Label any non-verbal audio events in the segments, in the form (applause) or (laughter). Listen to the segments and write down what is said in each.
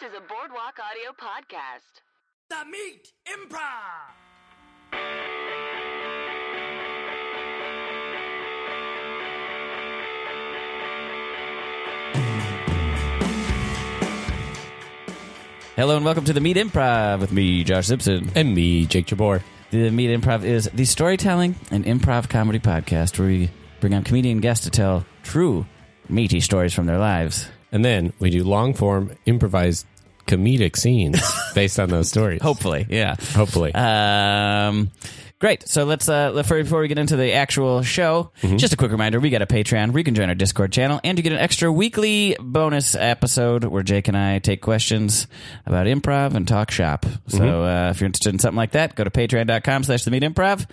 to the Boardwalk Audio Podcast. The Meat Improv! Hello and welcome to the Meat Improv with me, Josh Simpson. And me, Jake Jabor. The Meat Improv is the storytelling and improv comedy podcast where we bring on comedian guests to tell true meaty stories from their lives. And then we do long form improvised (laughs) comedic scenes based on those stories. Hopefully, yeah. Hopefully. Um, great. So let's uh, let- for- before we get into the actual show, just a quick reminder: we got a Patreon, where you can join our Discord channel, and you get an extra weekly bonus episode where Jake and I take questions about improv and talk shop. So uh, if you're interested in something like that, go to patreon.com/slash the meet improv.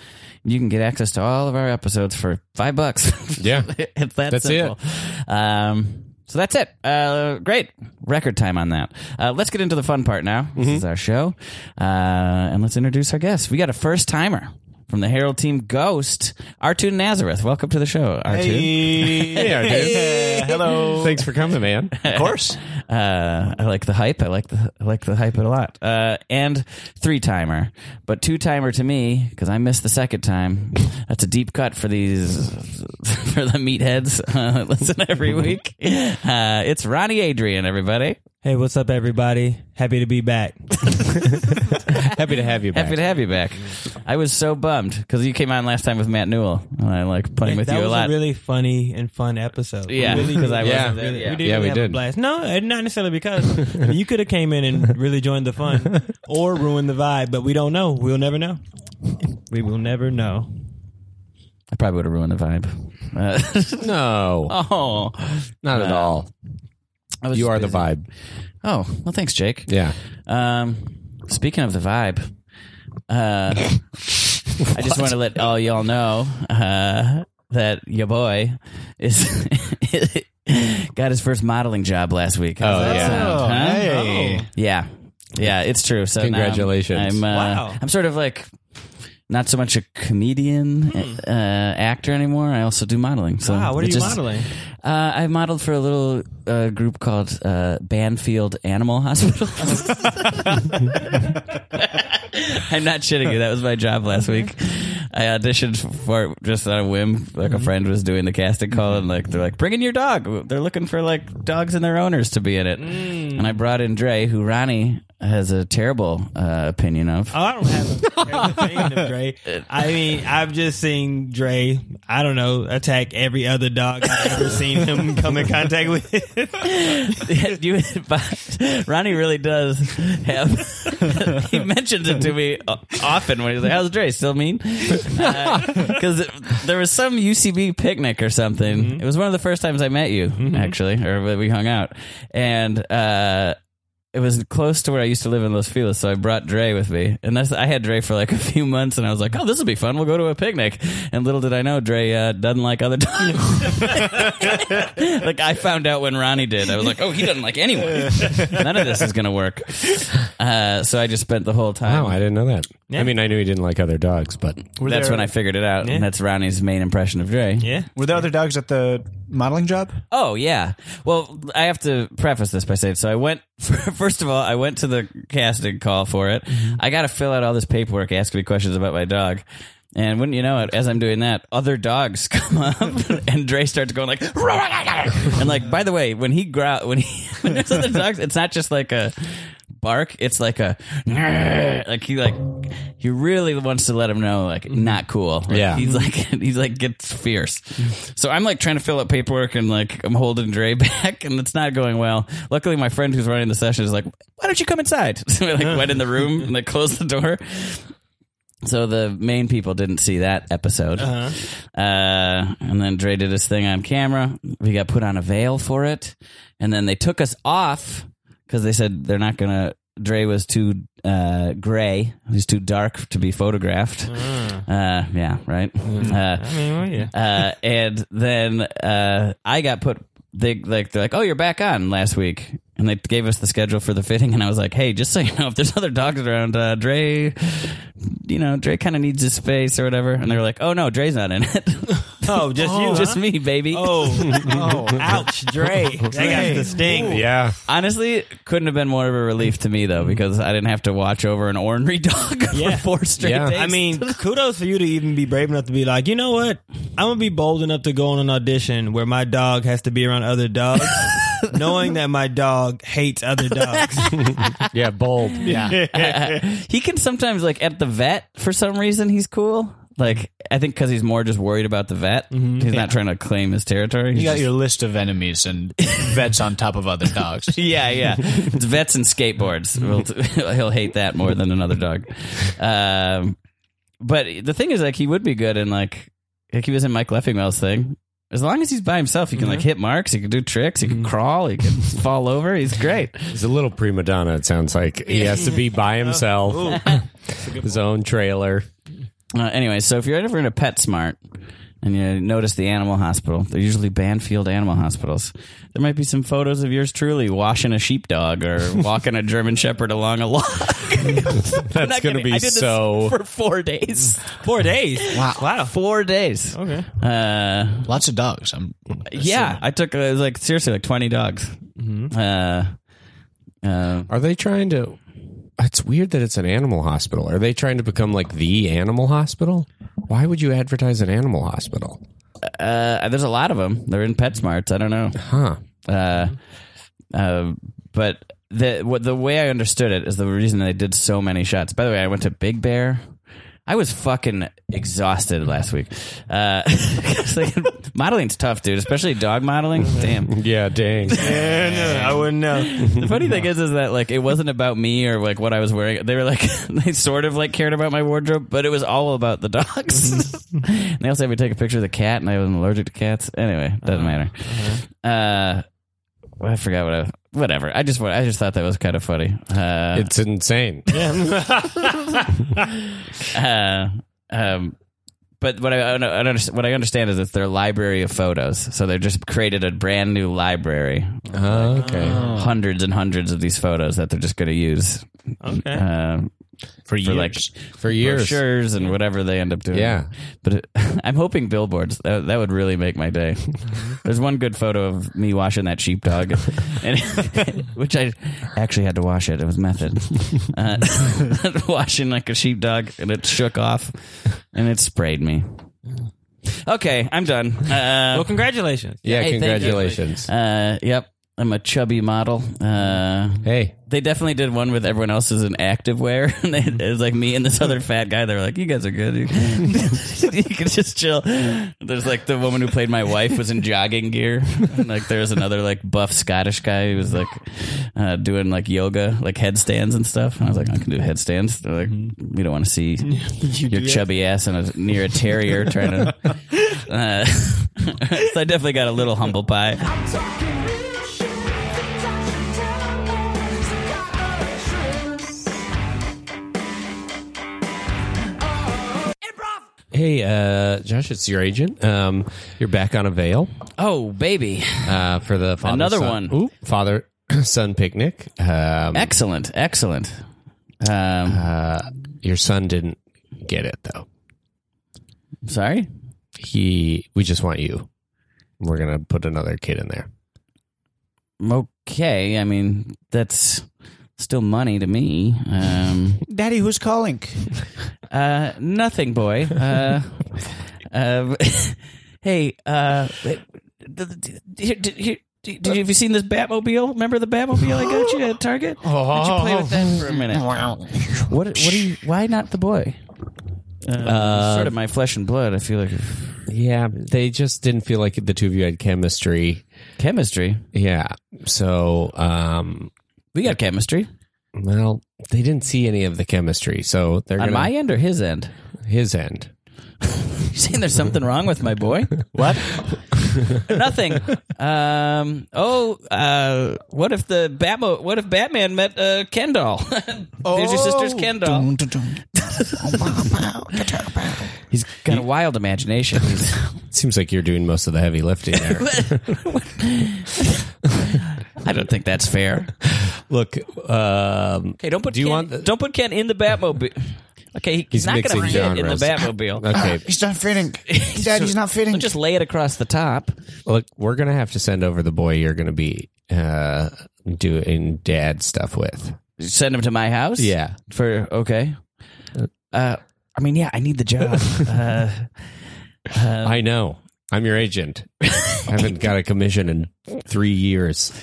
You can get access to all of our episodes for five bucks. (laughs) Yeah. it's that That's simple. Um, so that's it. Uh, great. Record time on that. Uh, let's get into the fun part now. This is our show. Uh, and let's introduce our guests. We got a first timer from the Herald team Ghost, Artun Nazareth. Welcome to the show, Artun. hey, Arjun. hello. Thanks for coming, man. Of course. Uh, I like the hype. I like the I like the hype a lot. Uh, and three timer, but two timer to me because I missed the second time. That's a deep cut for these (laughs) for the meatheads. Uh, (laughs) listen every week. Uh, it's Ronnie Adrian, everybody. Hey, what's up, everybody? Happy to be back. Happy to have you back. Happy to have you back. I was so bummed because you came on last time with Matt Newell, and I like playing with (laughs) that you was a lot. really funny and fun episode. (laughs) We Yeah, really 'cause I wasn't did. Yeah. there. we did. Yeah, really we have did. a blast. No, eh, not (laughs) necessarily because I mean, you could have came in and really joined the fun or ruined the vibe, but we don't know. We'll never know. We will never know. I probably would have ruined the (laughs) vibe. No, Uh, oh, not at all. I was You are the busy. vibe. Oh, well, thanks, Jake. Yeah. Um, speaking of the vibe, (laughs) uh, I just want to let all y'all know uh, that your boy is (laughs) got his first modeling job last week. How's Oh, that yeah. sound, huh? Hey. Oh, Yeah, yeah, it's true. So now I'm- Congratulations. I'm, uh, Wow. I'm sort of like not so much a comedian uh, actor anymore. I also do modeling. So Hmm. Wow, what are it you just- modeling? Uh, I modeled for a little uh, group called uh, Banfield Animal (laughs) Hospital. I'm not shitting you. That was my job last week. I auditioned for it just on a whim. Like a friend was doing the casting call, and like they're like, "Bring in your dog." They're looking for like dogs and their owners to be in it. And I brought in Dre, who Ronnie has a terrible uh, opinion of. Oh, I don't have a opinion (laughs) of Dre. I mean, I've just seen Dre, I don't know, attack every other dog I've ever seen him come in contact (laughs) with. you, but Ronnie really does have. (laughs) he mentions it to me o- often when he's like, "How's Dre? Still mean?" Because there was some UCB picnic or something. It was one of the first times I met you, actually, or we hung out, and. uh it was close to where I used to live in Los Feliz, so I brought Dre with me. And that's I had Dre for like (laughs) a few months, and I was like, "Oh, this will be fun. We'll go to a picnic." And little did I know, Dre uh, doesn't like other dogs. (laughs) like I found out when Ronnie did. I was like, "Oh, he doesn't like anyone. None of this is gonna work." Uh, so I just spent the whole time. Wow, I didn't know that. I mean, I knew he didn't like other dogs, but that's there- when I figured it out, Yeah. and that's Ronnie's main impression of Dre. yeah. Were there other dogs at the modeling job? Oh yeah. Well, I have to preface this by saying so. I went (laughs) first of all. I went to the casting call for it. I got to fill out all this paperwork, asking me questions about my dog. And wouldn't you know it, as I'm doing that, other dogs (laughs) come up, and Dre starts going like, (laughs) and like. By the way, when he growl, when he (laughs) when there's other dogs, it's not just like a bark. It's like a (laughs) like he like he really wants to let him know like not cool. Like, Yeah. he's like (laughs) he's like gets fierce. So I'm like trying to fill out paperwork and like I'm holding Dre (laughs) back and it's not going well. Luckily, my friend who's running the session is like, "Why don't you come inside?" (laughs) So we like went in the room and they closed the door. So the main people didn't see that episode. Uh-huh. uh and then Dre did his thing on camera. We got put on a veil for it. And then they took us off because they said they're not going to. Dre was too uh, gray. He was too dark to be photographed. Uh, yeah, right. Uh, Ah. I mean, well, yeah. uh, and then uh, I got put. They like they're like, oh, you're back on last week, and and they gave us the schedule for the fitting, and I was like, hey, just so you know, if there's (laughs) other dogs around, uh, Dre, you know, Dre kind of needs his space or whatever. And they were like, oh no, Dre's not in it. (laughs) Oh, just you, just huh? me, baby. (laughs) Oh, oh, ouch, Dre. That got the sting. Yeah. Honestly, couldn't have been more of a relief to me though, because I didn't have to watch over an ornery (laughs) dog for Yeah. four straight Yeah. days. I mean, kudos for you to even be brave enough to be like, you know what? I'm gonna be bold enough to go on an audition where my dog has to be around other (laughs) dogs, knowing that my dog hates other dogs. (laughs) Yeah, bold. yeah. he can sometimes like at the vet for some reason he's cool. Like I think because he's more just worried about the vet. Mm-hmm. He's not trying to claim his territory. You He's got just- your list of enemies and (laughs) vets on top of other dogs. (laughs) yeah, yeah. It's vets and skateboards. We'll, (laughs) he'll hate that more than another dog. Um, but the thing is, like, he would be good in like, like he was in Mike Leffingwell's thing. As long as he's by himself, he can like hit marks. He can do tricks. He can crawl. He can fall over. He's great. He's a little prima donna, it sounds like. He has to be (laughs) by himself, his own trailer. Uh, anyway, so if you're ever in a PetSmart and you notice the animal hospital, they're usually Banfield animal hospitals. There might be some photos of yours truly washing a sheepdog or walking a German Shepherd along a (laughs) log. I'm That's not going to kidding. I be did this (laughs) so. for four days. Four days. Wow. Wow. Four days. Okay. Uh, Lots of dogs. I'm yeah, I took uh, it was like seriously like twenty dogs. Uh, uh, Are they trying to. It's weird that it's an animal hospital. Are they trying to become like the animal hospital? Why would you advertise an animal hospital? uh, there's a lot of them. They're in PetSmarts. I don't know. Huh. uh, uh, but the what the way I understood it is the reason they did so many shots. By the way, I went to Big Bear. I was fucking exhausted last week. Uh, (laughs) it's like, (laughs) modeling's tough, dude, especially dog modeling. Damn. Yeah, dang. Yeah, no, (laughs) I wouldn't know. The funny thing is, is that like it wasn't about me or like what I was wearing. They were like (laughs) they sort of like cared about my wardrobe, but it was all about the dogs. (laughs) and they also had me take a picture of the cat, and I was allergic to cats. Anyway, doesn't matter. Uh, well, I forgot what I. Whatever. I just wa- I just thought that was kind of funny. Uh, (laughs) It's insane. uh, um, but what I, I don't- I don't underst- what I understand is it's their library of photos. So they just created a brand new library, Uh, Okay. hundreds and hundreds of these photos that they're just going to use. Okay. Um, for years. for like For years. brochures and whatever they end up doing. Yeah. but it, (laughs) I'm hoping billboards. That, that would really make my day. There's one good photo of me washing that sheepdog, and, (laughs) which I actually had to wash it. It was method uh, (laughs) washing like a sheepdog, and it shook off, and it sprayed me. Okay, I'm done. Uh, Well, congratulations. Yeah, Hey, thank you. congratulations. uh, yep, I'm a chubby model. Uh, Hey, they definitely did one with everyone else as an active wear. (laughs) And they, it was like me and this (laughs) other fat guy. They were like, you guys are good. You, (laughs) you can just chill. There's like the woman who played my wife was in jogging gear. And like there's another like buff Scottish guy who was like uh, doing like yoga, like headstands and stuff. And I was like, I can do headstands. They're like, we don't want to (laughs) see your chubby ass in a, near a terrier trying (laughs) to. Uh, (laughs) so I definitely got a little humble pie. Improv. hey, uh, Josh, it's your agent. Um, you're back on a veil Oh, baby. uh, for the father Another one. son- Ooh, father (clears throat) son picnic. Um, Excellent. Excellent. Um, uh, your son didn't get it though. Sorry? He, we just want you. We're gonna put another kid in there. Okay. I mean, that's still money to me. Um, (laughs) Daddy, who's (laughs) calling? uh, nothing, boy. Uh, (laughs) uh, (laughs) hey, uh, d- d- d- here- d- here- d- did you, have you seen this Batmobile? Remember the Batmobile I got (laughs) you at Target? Why don't you play with that for a minute? What? What do you? Why not the boy? Uh, sort of my flesh and blood. I feel like Yeah, they just didn't feel like the two of you had chemistry. chemistry. Yeah, so um, We got chemistry well, they didn't see any of the chemistry, so they're on gonna my end or his end. his end. You saying there's something wrong with my boy? What? Nothing. Um, oh, uh, what if the Batmo? What if Batman met uh, Ken doll? (laughs) There's your Oh. sister's Ken doll. He's got a wild imagination. He's- (laughs) Seems like you're doing most of the heavy lifting there. I don't think that's fair. Look, um, Okay, don't put Do you Ken, want the- don't put Ken in the Batmobile. Okay, he- he's He's not mixing going to fit in the genres. Batmobile. okay. He's not (laughs) fitting. Dad, he's not fitting. Don't just lay it across the top. Look, we're gonna have to send over the boy you're gonna be uh, doing dad stuff with. Send him to my house. Yeah, For okay. Uh, I mean, yeah, I need the (laughs) job. Uh, Um, I know. I'm your agent. (laughs) I haven't got a commission in three years,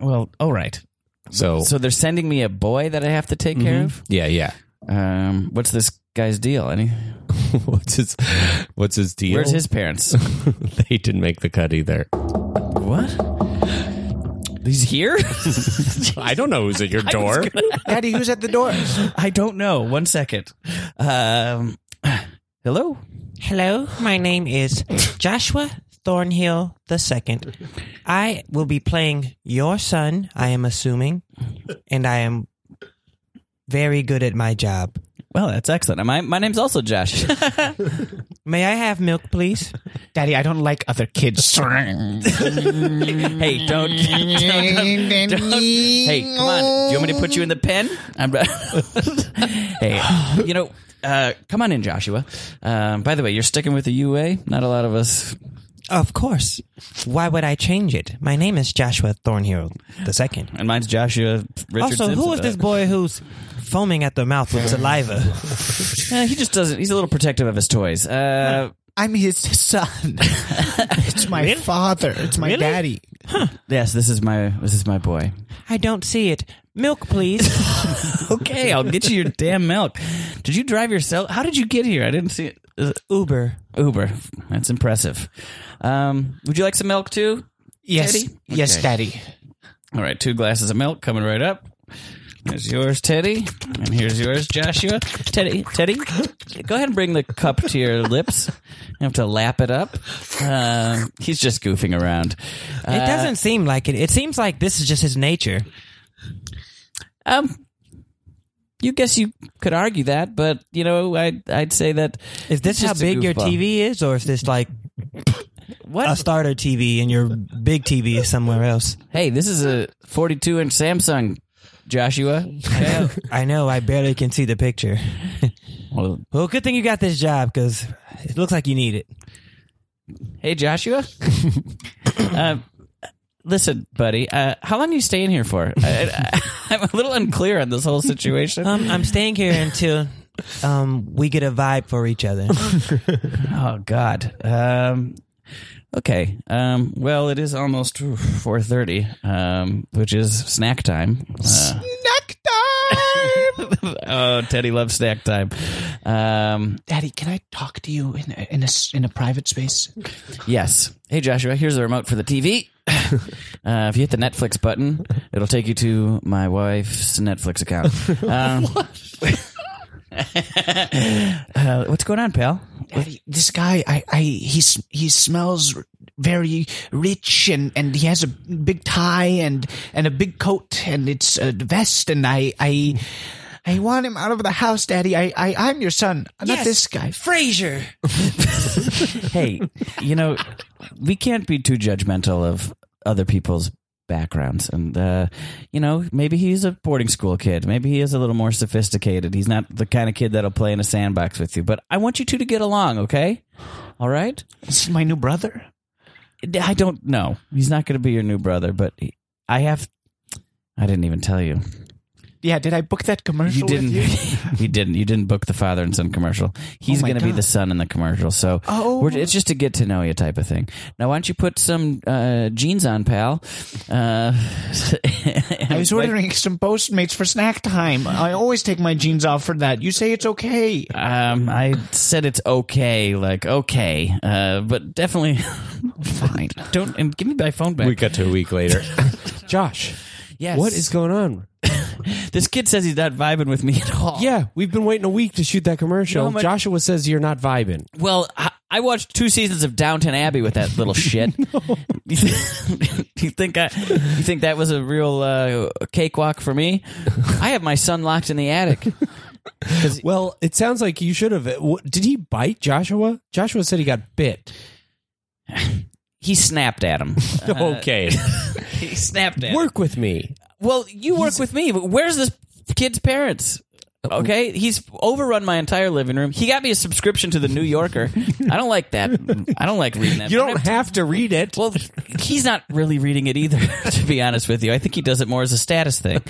well, all right. so, So they're sending me a boy that I have to take care of. yeah, yeah. (laughs) Um, what's this guy's deal? Any? what's his What's his deal? Where's his (laughs) parents? (laughs) they didn't make the cut either. what? He's (laughs) here. I don't know who's (laughs) at your door. Daddy, who's at the door? I don't know. One second. Um, hello. Hello, my name is Joshua Thornhill II. I will be playing your son, I am assuming, and I am very good at my job. Well, that's excellent. And My my name's also Josh. (laughs) May I have milk, please? (laughs) Daddy, I don't like other (laughs) kids. hey, don't, don't, don't- don't- (laughs) Hey, come on. Do you want me to put you in the pen? I'm. (laughs) hey, you know, uh, come on in, Joshua. Um, by the way, you're sticking with the UA. Not a lot of us. Of course. Why would I change it? My name is Joshua Thornhill II. And mine's Joshua Richardson. Also, who is this boy who's foaming at the mouth with saliva? Uh, he just doesn't. He's a little protective of his toys. Uh, I'm his (laughs) son. it's my father. It's my daddy. yes, this is my this is my boy. I don't see it. Milk, (laughs) please. Okay, I'll get you your damn milk. Did you drive yourself? How did you get here? I didn't see it. Is it Uber. Uber. That's impressive. Um, would you like some milk too? Yes. Daddy? Yes, Okay. daddy. All right, two glasses of milk coming right up. Here's yours, Teddy, and here's yours, Joshua. Teddy, Teddy, go ahead and bring the cup to your lips. You have to lap it up. Um, he's just goofing around. It doesn't seem like it. It seems like this is just his nature. Um, you guess you could argue that, but you know, I I'd say that Is this he's how just a big your goofball. TV is, or is this like What? a starter TV and your big TV is somewhere else? hey, this is a 42 inch Samsung, Joshua. Okay. I know, I barely can see the picture. Well, Well, good thing you got this job because it looks like you need it. Hey, (laughs) Joshua. uh, listen, buddy. Uh, how long are you staying here for? I, (laughs) I, I'm a little unclear on this whole situation. Um, I'm staying here until um we get a vibe for each other. oh God. Um, okay. Um, well, it is almost 4:30, um, which is snack time. Uh, snack time. oh, Teddy loves snack time. Um, (laughs) Daddy, can I talk to you in a, in a s- in a private space? Yes. Hey, Joshua, here's the remote for the TV. uh, if you hit the Netflix button, it'll take you to my wife's Netflix account. Um, (laughs) uh, what's going on, pal? Daddy, this guy, I, I, he's, he smells very rich, and and he has a big tie and and a big coat, and it's a vest, and I, I. I want him out of the house, Daddy. I, I, I'm your son, not this guy. Frasier. Hey, you know, we can't be too judgmental of other people's backgrounds and uh you know maybe he's a boarding school kid maybe he is a little more sophisticated he's not the kind of kid that'll play in a sandbox with you but i want you two to get along okay all right Is he my new brother? I don't know. He's not going to be your new brother, but he- I have. I didn't even tell you. Yeah. Did I book that commercial? You didn't. With (laughs) you? Oh you didn't. You didn't book the father and son commercial. He's my going to be God. the son in the commercial. So Oh. we're, it's just a get to know you type of thing. Now, why don't you put some uh, jeans on, pal? Uh, (laughs) I was ordering some Postmates for snack time. I always take my jeans off for that. You say it's okay. Um, I said it's okay, like okay, uh, but definitely (laughs) fine. Don't and give me my phone back. we got to a week later. (laughs) Josh, yes. what is going on? this kid says he's not vibing with me at all. Yeah, we've been waiting a week to shoot that commercial. You know how much- Joshua says you're not vibing. Well, I, I watched two seasons of Downton Abbey with that little shit. (laughs) you, th- you think I? You think that was a real uh, cakewalk for me? I have my son locked in the attic. Well, it sounds like you should have. What, did he bite Joshua? Joshua said he got bit. he snapped at him. (laughs) okay, (laughs) he snapped at him. (laughs) work with me. Well, you work with me, but where's this kid's parents? Okay, he's overrun my entire living room. He got me a subscription to the New Yorker. I don't like that. I don't like reading that. You don't have to read it. Well, he's not really reading it either, (laughs) to be honest with you. I think he does it more as a status thing.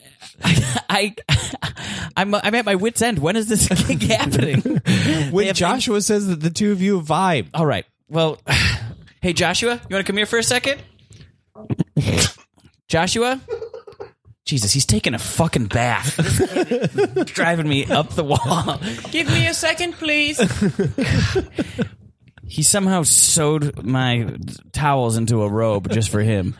(laughs) I, I, I'm, I'm at my wit's end. When is this (laughs) gig happening? They When have- Joshua says that the two of you vibe, all right. Well, (sighs) hey, Joshua, you want to come here for a second? Joshua? Jesus, he's taking a fucking bath. Driving me up the wall. Give me a second, please. (sighs) He somehow sewed my towels into a robe just for him.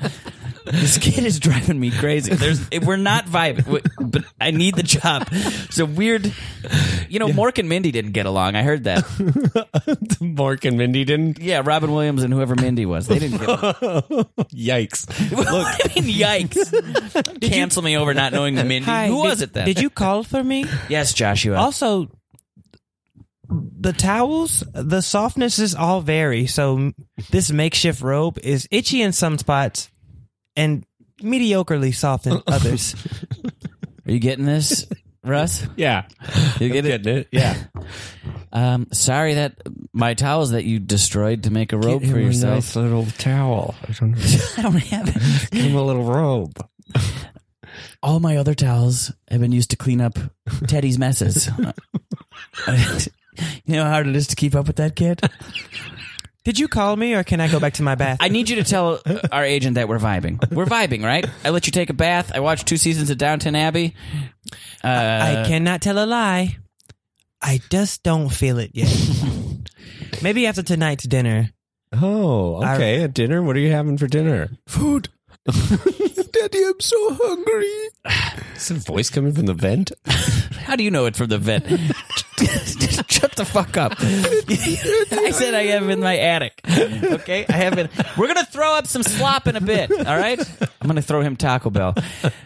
This kid is driving me crazy. There's, we're not vibing, w- but I need the job. It's a weird, you know. Mork and Mindy didn't get along. I heard that. Mark and Mindy didn't. Yeah, Robin Williams and whoever Mindy was, they (laughs) didn't get along. Yikes! (laughs) Look, I mean, yikes! (laughs) Cancel me over not knowing the Mindy. Hi, Who did- was it then? Did you call (laughs) for me? Yes, Joshua. Also, (laughs) the towels, the softnesses all vary. So this makeshift robe is itchy in some spots and mediocrely soft in others. Are you getting this, Russ? Yeah, You I'm get it? getting it. Yeah, Um, sorry that my towels that you destroyed to make a robe for yourself. little towel. I don't (laughs) know. I don't have it. Give him a little robe. (laughs) All my other towels have been used to clean up Teddy's (laughs) messes. you know how hard it is to keep up with that kid. Did you call me or can I go back to my bath? I need you to tell our agent that we're vibing. We're vibing, right? I let you take a bath. I watched two seasons of Downton Abbey. Uh, I cannot tell a lie. I just don't feel it (laughs) yet. Maybe after tonight's dinner. Oh, I- okay. At dinner, what are you having for dinner? Food. (laughs) Daddy, I'm so hungry. Is that voice coming from the vent? (laughs) How do you know it from the vet? (laughs) Shut the fuck up. (laughs) I said I have it in my attic. Okay? I have it. We're going to throw up some slop in a bit. All right? I'm going to throw him Taco Bell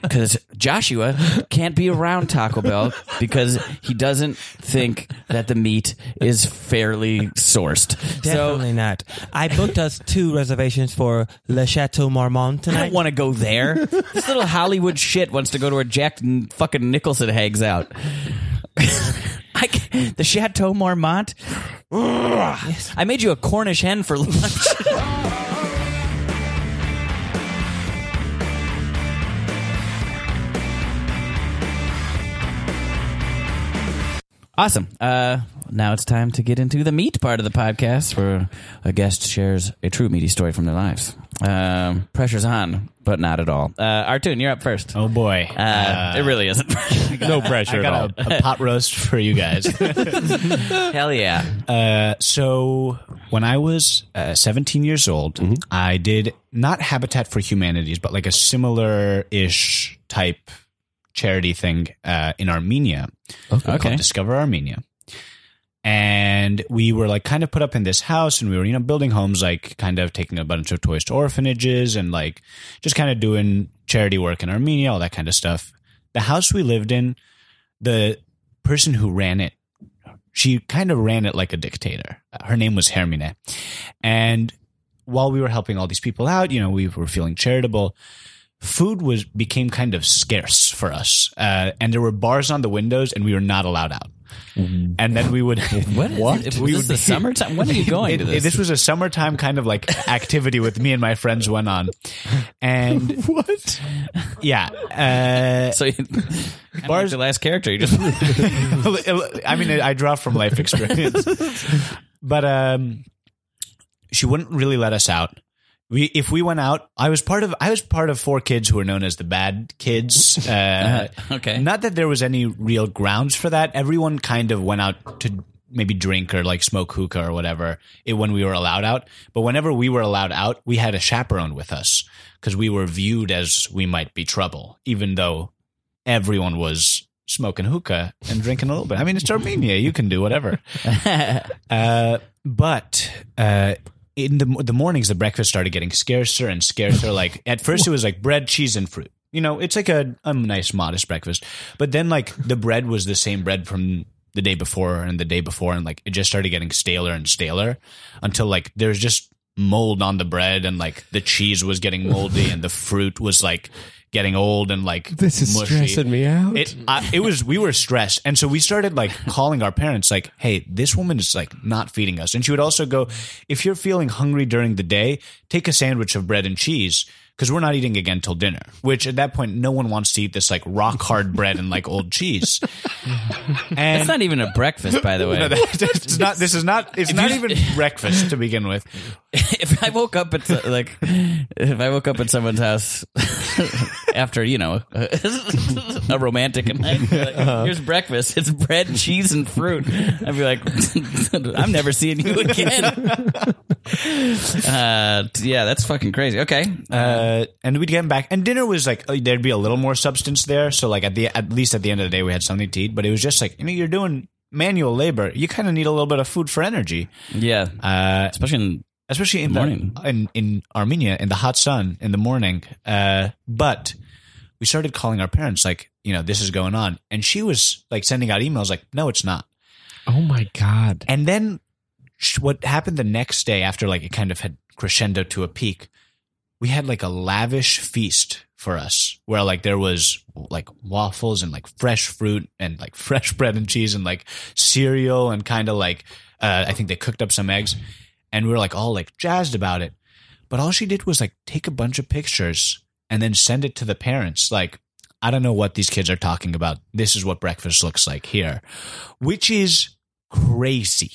because Joshua can't be around Taco Bell because he doesn't think that the meat is fairly sourced. Definitely not. I booked us two reservations for Le Chateau Marmont I tonight. don't want to go there. This little Hollywood shit wants to go to where Jack N- fucking Nicholson hangs out. (laughs) I c the Chateau Marmont. Ugh. I made you a Cornish hen for lunch. (laughs) Awesome. Uh, now it's time to get into the meat part of the podcast where a guest shares a true meaty story from their lives. Um, pressure's on, but not at all. Uh, Artoon, you're up first. Oh boy. Uh, it really (laughs) isn't. No pressure I got a, a pot roast for you guys. Hell yeah. Uh, so when I was uh, 17 years old, Mm-hmm. I did not Habitat for Humanities, but like a similar ish type charity thing uh, in Armenia Okay. called Discover Armenia. And we were like kind of put up in this house and we were, you know, building homes, like kind of taking a bunch of toys to orphanages and like just kind of doing charity work in Armenia, all that kind of stuff. The house we lived in, the person who ran it, she kind of ran it like a dictator. Her name was Hermine. And while we were helping all these people out, you know, we were feeling charitable food was became kind of scarce for us, uh, and there were bars on the windows, and we were not allowed out. And then we would Mm-hmm. (laughs) What? is- Was We this (laughs) would- the summertime? When are you going (laughs) it- to it- this? was a summertime kind of like activity with me and my friends went on, and uh, what? (laughs) Yeah, so, you- Bars- Bars, the last character. You just (laughs) uh, I mean, I draw from life experience, (laughs) but um, she wouldn't really let us out. We, if we went out, I was part of I was part of four kids who were known as the bad kids. Uh, okay. Not that there was any real grounds for that. Everyone kind of went out to maybe drink or like smoke hookah or whatever it, when we were allowed out. But whenever we were allowed out, we had a chaperone with us because we were viewed as we might be trouble, even though everyone was smoking hookah and drinking a little bit. I mean, it's Armenia. You can do whatever. Uh, but uh, in the the mornings, the breakfast started getting scarcer and scarcer. Like at first, it was like bread, cheese, and fruit. You know, it's like a, a nice, modest breakfast. But then, like the bread was the same bread from the day before and the day before, and like it just started getting staler and staler until like there's just mold on the bread and like the cheese was getting moldy and the fruit was like getting old and like This is mushy. stressing me out. It I, it was we were stressed, and so we started like calling our parents, like, "Hey, this woman is like not feeding us." And she would also go, "If you're feeling hungry during the day, take a sandwich of bread and cheese." Because we're not eating again till dinner, which at that point no one wants to eat this like rock hard bread and like old cheese. And It's not even a breakfast, by the way. (laughs) No, that- it's not. This is not. It's not even breakfast to begin with. (laughs) if I woke up at like if I woke up at someone's house (laughs) after you know (laughs) a romantic night, like, Uh-huh. here's breakfast. It's bread, cheese, and fruit. I'd be like, (laughs) I'm never seeing you (laughs) again. uh, yeah, that's fucking crazy. Okay, Uh, and we'd get back, and dinner was like uh, there'd be a little more substance there. So like at the at least at the end of the day, we had something to eat. But it was just like you know you're doing manual labor. You kind of need a little bit of food for energy, yeah, uh, especially in especially in the- Morning. in in Armenia in the hot sun in the morning. Uh, but we started calling our parents like you know this is going on, and she was like sending out emails like no, it's not. oh my god! And then sh- what happened the next day after like it kind of had crescendo to a peak, we had like a lavish feast for us where like there was like waffles and like fresh fruit and like (laughs) fresh bread and cheese and like cereal and kind of like uh, I think they cooked up some eggs and we were like all like jazzed about it. But all she did was like take a bunch of pictures and then send it to the parents like I don't know what these kids are talking about. This is what breakfast looks like here, which is (laughs) crazy.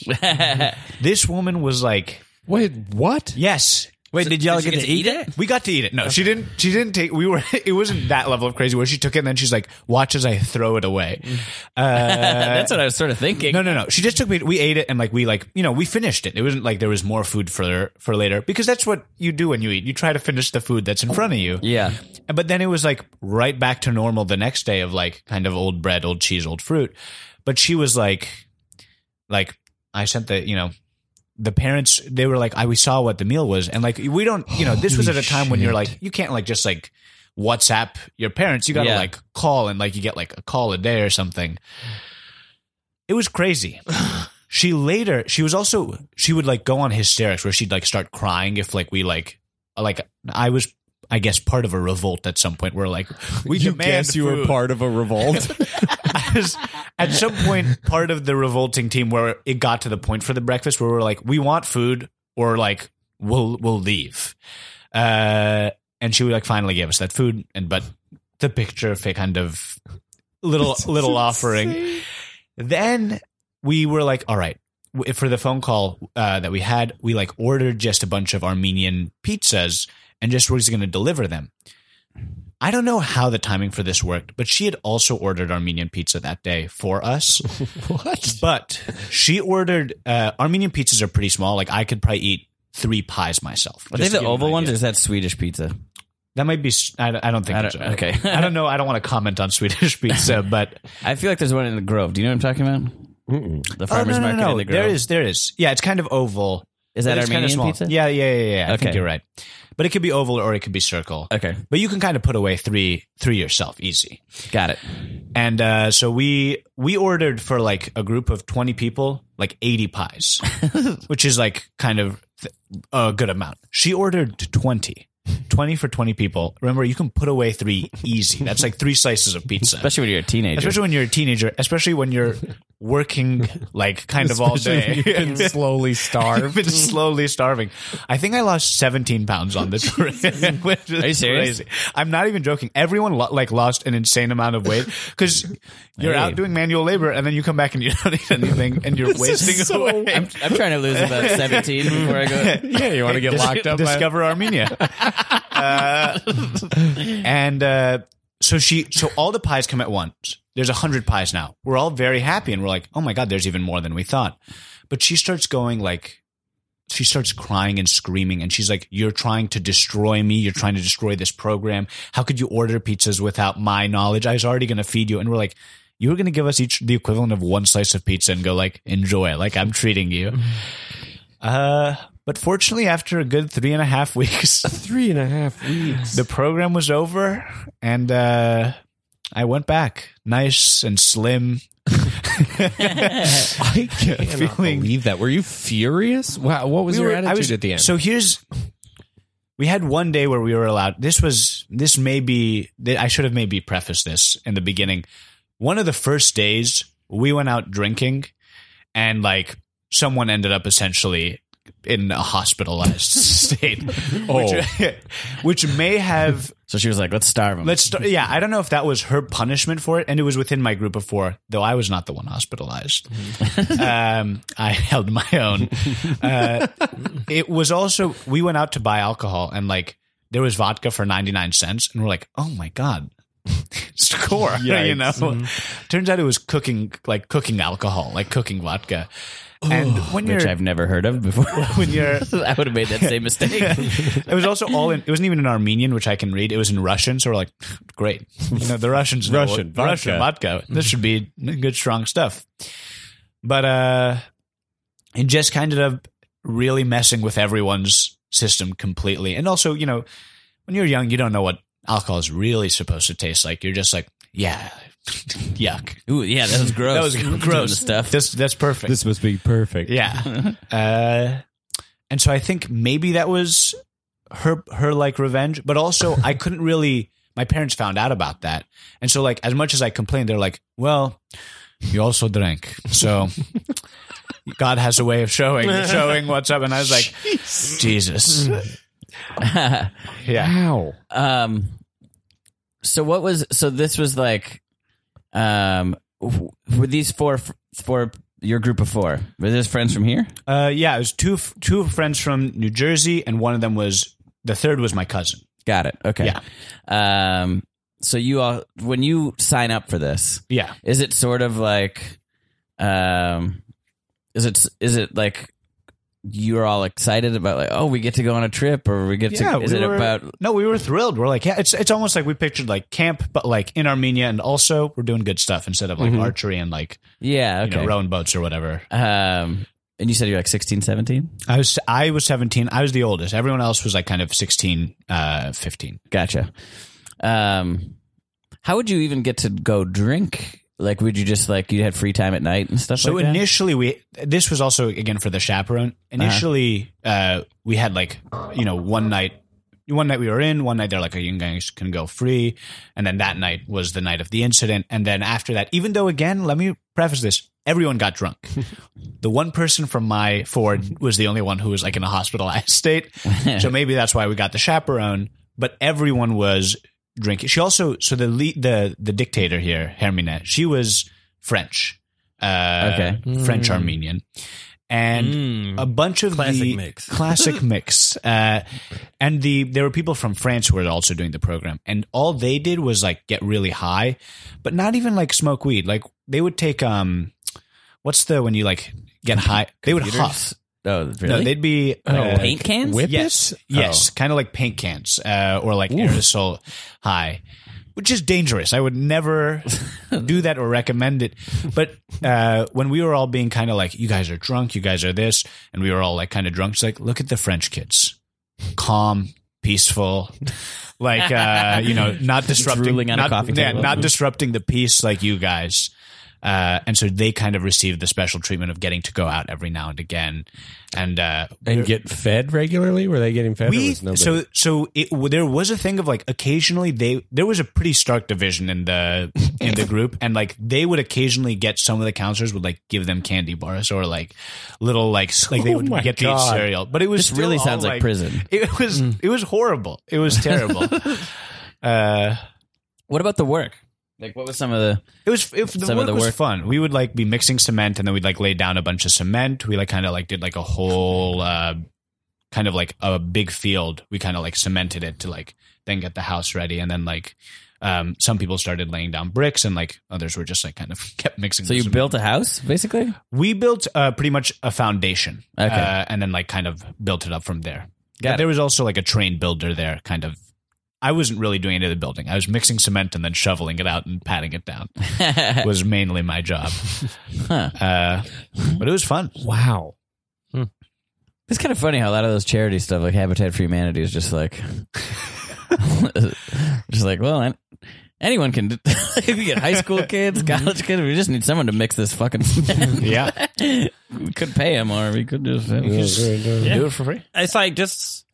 this woman was like, Wait, what? "Yes, Wait, did y'all Did you get, to eat it? we got to eat it." No, she didn't. She didn't take. We were. (laughs) It wasn't that level of crazy where she took it and then she's like, "Watch as I throw it away." Mm-hmm. Uh, That's what I was sort of thinking. no, no, no. She just took me. We ate it and like we like you know we finished it. It wasn't like there was more food for for later because that's what you do when you eat. You try to finish the food that's in front of you. Yeah, But then it was like right back to normal the next day of like kind of old bread, old cheese, old fruit. But she was like, like I sent the you know the parents they were like I we saw what the meal was and like we don't you know this was at a time when you're like you can't like just like WhatsApp your parents you gotta Yeah. like call and like you get like a call a day or something. It was crazy. She later she was also she would like go on hysterics where she'd like start crying if like we like like I was I guess part of a revolt at some point where like we you demand guess you were food. part of a revolt. (laughs) I was at some point part of the revolting team where it got to the point for the breakfast where we're like we want food or like we'll we'll leave. Uh and she like finally gave us that food and but the picture of a kind of little little offering. Then we were like, all right, w- for the phone call uh, that we had, we like ordered just a bunch of Armenian pizzas and just was going to deliver them. I don't know how the timing for this worked, but she had also ordered Armenian pizza that day for us. what? But she ordered uh, Armenian pizzas are pretty small. Like I could probably eat three pies myself. are they Just the to give you an oval ones or idea. is that Swedish pizza? That might be. s- I, don't- I don't think. I it's- don't- okay. I don't know. I don't want to comment on (laughs) Swedish (laughs) pizza, but I feel like there's one in the Grove. Do you know what I'm talking about? The farmers Oh, market in the Grove. There is. There is. Yeah, it's kind of oval. Is that It's kind Armenian of small. pizza? Yeah, yeah, yeah, yeah. I Okay. think you're right. But it could be oval or it could be circle. Okay, But you can kind of put away three three yourself easy. got it. And uh, so we we ordered for like a group of twenty people, like (laughs) eighty pies, which is like kind of th- a good amount. She ordered twenty. 20 for 20 people. Remember, you can put away three easy. That's like three slices of pizza. Especially when you're a teenager. Especially when you're a teenager, especially when (laughs) you're working like kind of all day. (laughs) and slowly I've starve. been slowly starving. I think I lost 17 pounds on this. (laughs) which is Are you serious? crazy. I'm not even joking. Everyone lo- like lost an insane amount of weight because you're Hey. out doing manual labor and then you come back and you (laughs) don't eat anything and you're (laughs) wasting away. I'm, I'm trying to lose about (laughs) 17 before I (laughs) go. yeah, you want to get locked up by- (laughs) Discover Armenia. Uh, and uh, so she, so all the pies come at once. There's a hundred pies now. We're all very happy, and we're like, oh my god, there's even more than we thought. But she starts going like. She starts crying and screaming, and she's like, You're trying to destroy me. You're trying to destroy this program. How could you order pizzas without my knowledge? I was already going to feed you. And we're like, You were going to give us each the equivalent of one slice of pizza and go, like, Enjoy. Like, I'm treating you. Uh, but fortunately, after a good three and a half (laughs) weeks, (laughs) Three and a half weeks. the program was over, and uh, I went back nice and slim. I can't believe that. Were you furious? Wow, what was We your were- I attitude was- at the end? So here's, we had one day where we were allowed. This was this may be. I should have maybe prefaced this in the beginning. One of the first days we went out drinking, and like someone ended up essentially in a hospitalized (laughs) state, Oh. which, (laughs) which may have So she was like, "Let's starve him." Let's start. Yeah, I don't know if that was her punishment for it, and it was within my group of four, though I was not the one hospitalized. um, I held my own. Uh, it was also we went out to buy alcohol, and like there was vodka for ninety nine cents, and we're like, oh my god, (laughs) score! (laughs) you know, turns out it was cooking like cooking alcohol, like cooking vodka. And when which you're I've never heard of (laughs) before. (laughs) when you're (laughs) I would have made that same mistake. it was also all in. It wasn't even in Armenian, which I can read. It was in Russian. So we're like, (laughs) great. You know, the Russians, know Russian what- vodka. Russian vodka. This should be good, strong stuff. But uh, it just kind of really messing with everyone's system completely. And also, you know, when you're young, you don't know what alcohol is really supposed to taste like. You're just like, yeah, (laughs) yuck. (laughs) Ooh, yeah, that (laughs) was gross. That was Doing gross the stuff. That's that's perfect. must be perfect. Yeah. uh, and so I think maybe that was her her like revenge, but also I couldn't really. My parents found out about that, and so like as much as I complained, they're like, "Well, you also drank, so." God has a way of showing showing what's up, and I was like, Jesus, yeah, Wow. (laughs) um, so what was so this was like, um, w- were these four f- four your group of four? Were these friends from here? uh, yeah. It was two f- two friends from New Jersey, and one of them was the third was my cousin. Got it. Okay. Yeah. Um, so you all when you sign up for this, Yeah, is it sort of like, um, is it is it like you're all excited about like oh we get to go on a trip or we get to is we it were- about No, we were thrilled. We're like, yeah, it's it's almost like we pictured like camp, but like in Armenia, and also we're doing good stuff instead of like archery and like yeah you Mm-hmm. okay know rowing boats or whatever. um and you said you're like 16 17 I was I was seventeen. I was the oldest. Everyone else was like kind of 16, uh, 15. gotcha um how would you even get to go drink like would you just like you had free time at night and stuff So like that? Uh-huh. initially we this was also again for the chaperone. Initially, uh we had like you know one night. One night we were in, one night they're like, oh, you guys can go free. And then that night was the night of the incident. And then after that, even though, again, let me preface this everyone got drunk. the one person from my Ford was the only one who was like in a hospitalized state. so maybe that's why we got the chaperone. But everyone was drinking. She also, so the lead, the the dictator here, Hermine, she was French, uh, Okay. French Armenian, and Mm, a bunch of Hmm. Classic the mix. (laughs) classic mix. Uh, and the there were people from France who were also doing the program, and all they did was like get really high, but not even like smoke weed. Like they would take um, what's the when you like get high? They would huff. oh really Oh, No, they'd be uh, paint cans Whip Yes, it? yes, Oh. kind of like paint cans uh, or like aerosol high, which is dangerous. I would (laughs) never do that or recommend it. But uh, when we were all being kind of like, "You guys are drunk, you guys are this," and we were all like kind of drunk, it's like, "Look at the French kids, calm, peaceful." Like uh, (laughs) you know, not disrupting, Drooling on a not- coffee yeah, table. not disrupting the peace like you guys. Uh, and so they kind of received the special treatment of getting to go out every now and again, and uh, And get fed regularly? Were they getting fed? or we was nobody- so so it, w- there was a thing of like occasionally they there was a pretty stark division in the in the group and like they would occasionally get some of the counselors would like give them candy bars or like little like s- like they Oh would my get the God. cereal but it was This really still all, sounds like prison. it was it was horrible it was terrible uh what about the work like what was some of the it was if the Some of work the was work- fun. We would like be mixing cement, and then we'd like lay down a bunch of cement. We like kind of like did like a whole uh, kind of like a big field. We kind of like cemented it to like then get the house ready, and then like um, some people started laying down bricks, and like others were just like kind of (laughs) kept mixing. so the you cement. built a house (laughs) basically We built uh, pretty much a foundation, Okay. uh, and then like kind of built it up from there. Got But it. There was also like a train builder there, kind of. I wasn't really doing any of the building. I was mixing cement and then shoveling it out and patting it down. (laughs) was mainly my job, huh uh, but it (laughs) was fun. wow. It's kind of funny how a lot of those charity stuff, (laughs) like Habitat for Humanity, is just like, just like, well, I, Anyone (laughs) can. we get high school kids, college kids. We just need someone to mix this fucking. (laughs) Snack. Yeah. we could pay him, or we could just. Do it for free. it's like just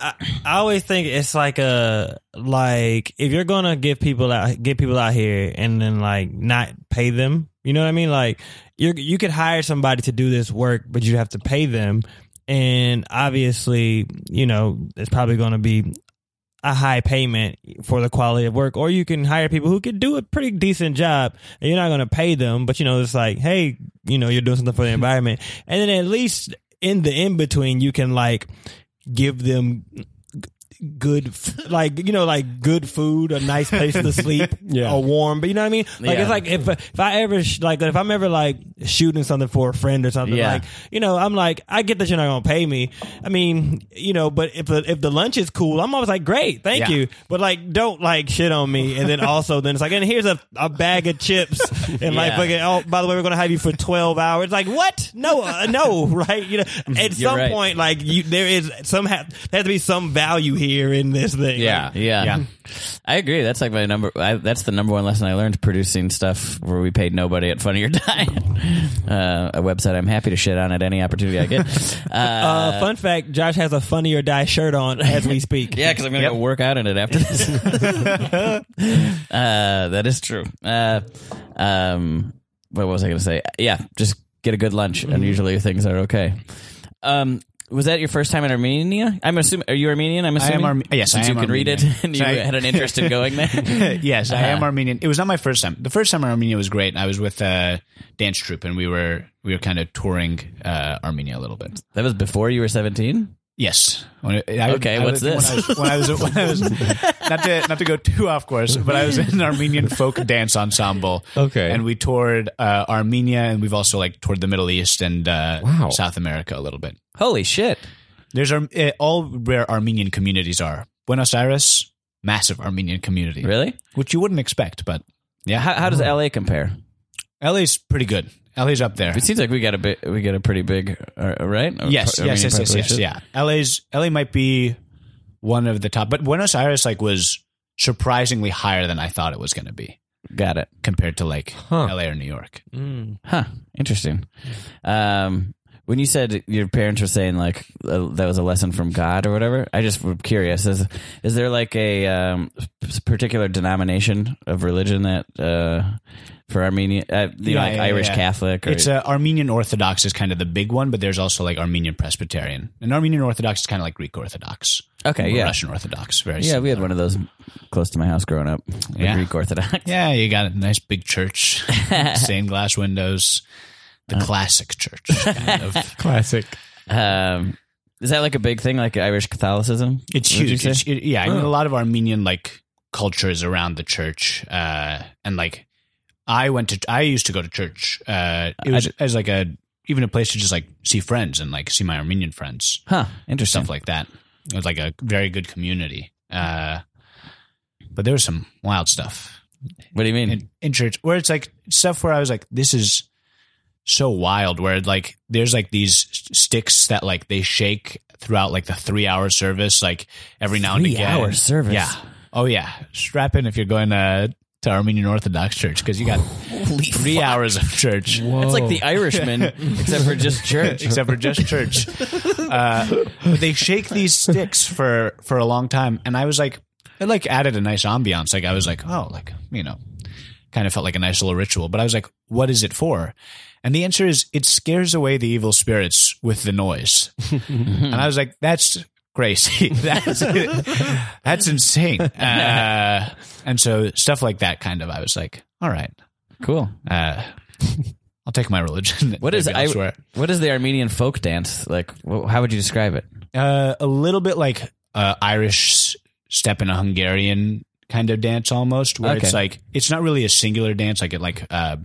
I, I always think it's like a like if you're gonna give people out get people out here and then like not pay them you know what i mean like you you could hire somebody to do this work but you'd have to pay them and obviously you know it's probably gonna be a high payment for the quality of work or you can hire people who can do a pretty decent job and you're not going to pay them but you know it's like hey you know you're doing something for the environment (laughs) and then at least in the in between you can like give them g- good f- like you know like good food a nice place to sleep Yeah. a warm but you know what i mean like Yeah. it's like if if i ever sh- like if i'm ever like shooting something for a friend or something Yeah. like you know i'm like i get that you're not going to pay me i mean you know but if the, if the lunch is cool i'm always like great thank Yeah. you but like don't like shit on me and then also then it's like and here's a, a bag (laughs) of chips and like Yeah. fucking oh by the way we're gonna have you for 12 hours like what no uh, no (laughs) right you know at Mm, You're some right. point like you there is some ha- there has to be some value here in this thing Yeah. Yeah. Yeah. I agree. That's like my number. I, that's the number one lesson I learned producing stuff where we paid nobody at Fun (laughs) of Your Time, uh, a website I'm happy to shit on at any opportunity I (laughs) get. uh, fun fact josh has a funny or die shirt on as we speak (laughs) Yeah, because I'm gonna go work out in it after (laughs) this. uh, that is true. Uh, um, what was I gonna say? Yeah, just get a good lunch, Mm-hmm. and usually things are okay. Um, was that your first time in Armenia? I'm assuming. Are you Armenian? I'm I assuming. am Arme- yes, since I am you can read Armenian. it, (laughs) and you So I- had an interest in going there. (laughs) Uh-huh. yes, I am Armenian. It was not my first time. The first time in Armenia was great. I was with a dance troupe, and we were we were kind of touring uh, Armenia a little bit. that was before you were 17. Yes. When I- I- Okay, I what's was- this? When I was, when I (laughs) was, when I was not to not to go too off course, but I was in an Armenian folk dance ensemble. Okay. and we toured uh, Armenia, and we've also like toured the Middle East and uh, Wow. South America a little bit. Holy shit! There's Ar- eh, all where Armenian communities are. Buenos Aires, massive Armenian community, Really? which you wouldn't expect, but yeah, How, how does LA compare? LA's pretty good. LA's up there. It seems like we got a bit. We got a pretty big, uh, right? yes, Ar- Armenian yes, yes, yes, yes, population? yeah. LA's LA might be one of the top, but Buenos Aires like was surprisingly higher than I thought it was going to be Got it. compared to like Huh. LA or New York. Huh. Interesting. Um, when you said your parents were saying like uh, that was a lesson from God or whatever, I just were curious. Is is there like a um, s- particular denomination of religion that uh, for Armenia, uh, you know, Yeah, like yeah, Irish yeah. Catholic? Or, It's uh, Armenian Orthodox is kind of the big one, but there's also like Armenian Presbyterian, and Armenian Orthodox is kind of like Greek Orthodox, okay, or yeah, Russian Orthodox, very yeah. We had similar. one of those close to my house growing up. the Yeah. Greek Orthodox. Yeah, you got a nice (laughs) big church, stained glass windows, the Uh, classic church. Kind of. Classic. Um, is that like a big thing, like Irish Catholicism? It's Would you huge. say? Oh. It's, it- yeah, I mean, a lot of Armenian like cultures around the church, uh, and like I went to, I used to go to church. Uh, it was as like a even a place to just like see friends and like see my Armenian friends, Huh. Interesting. stuff like that. It was like a very good community. Uh, but there was some wild stuff What do you mean? in, in church where it's like stuff where I was like, this is so wild. Where like there's like these s- sticks that like they shake throughout like the three hour service, like every now and again. Three-hour service? yeah. Oh yeah, strap in if you're going to to Armenian Orthodox Church because you got three hours of church. It's like the (laughs) Irishman, (laughs) except for just church. Except for just church, uh, but they shake these sticks for for a long time, and I was like, it like added a nice ambiance. Like I was like, oh, like you know, kind of felt like a nice little ritual. But I was like, what is it for? And the answer is it scares away the evil spirits with the noise. and I was like, that's crazy. (laughs) that's that's insane. Uh, and so stuff like that, kind of, I was like, all right, Cool. uh, I'll take my religion. What is Maybe I, elsewhere. what is the Armenian folk dance like? wh- How would you describe it? uh, a little bit like uh, Irish step and a Hungarian kind of dance almost, where Okay. it's like it's not really a singular dance, like it like uh,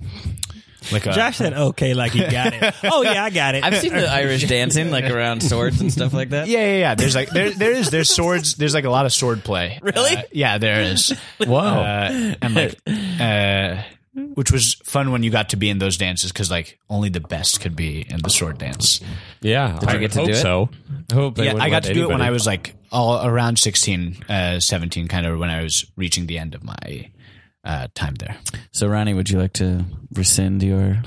like a, josh said okay like he (laughs) got it oh yeah i got it I've seen the Irish dancing like around swords and stuff like that. Yeah, yeah, yeah. There's like there there is there's swords. There's like a lot of sword (laughs) play. Really? Uh, yeah, there is. (laughs) Whoa. Uh, and like, uh, which was fun when you got to be in those dances because like only the best could be in the sword dance. Yeah. Did you get to do it? So. I hope they yeah, wouldn't I got let to do it when anybody- I was like all around 16, uh, 17, kind of when I was reaching the end of my uh, time there. So, Ronnie, would you like to rescind (laughs) your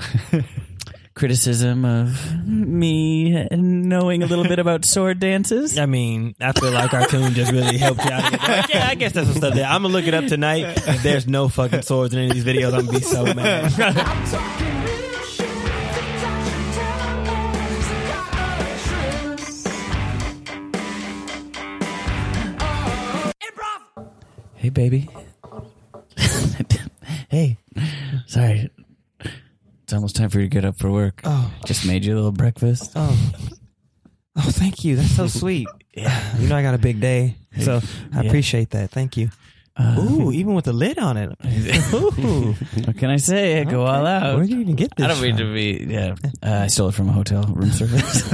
criticism of me knowing a little bit about sword dances? I mean, I feel like our tune just really helped you (laughs) out. Like, yeah, I guess that's some stuff there. I'm gonna look it up tonight. If there's no fucking swords in any of these videos, I'm gonna be so mad. Hey, baby. (laughs) hey, sorry. It's almost time for you to get up for work. Oh. Just made you a little breakfast. Oh. (laughs) Oh, thank you. That's so sweet. Yeah. (sighs) You know I got a big day. So I appreciate that. Thank you. Uh, Ooh, even with the lid (laughs) on it. Ooh. What can I say? I go all out. Where did you even get this? I don't mean from? to be. Yeah, uh, I stole it from a hotel (laughs) room service.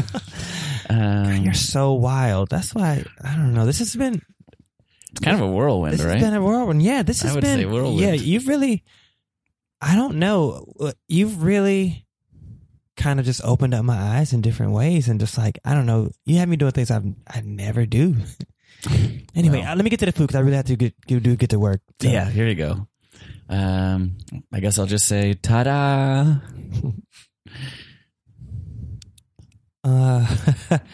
um, You're so wild. That's why I don't know. This has been it's kind of a whirlwind, this right? has been a whirlwind. Yeah, this I has would been say whirlwind. Yeah, you've really I don't know. uh, You've really kind of just opened up my eyes in different ways and just like I don't know, you had me doing things I've I never do. (laughs) anyway, uh, let me get to the food cuz I really have to get get- do get to work. So, yeah, here you go. Um, I guess I'll just say ta-da. Uh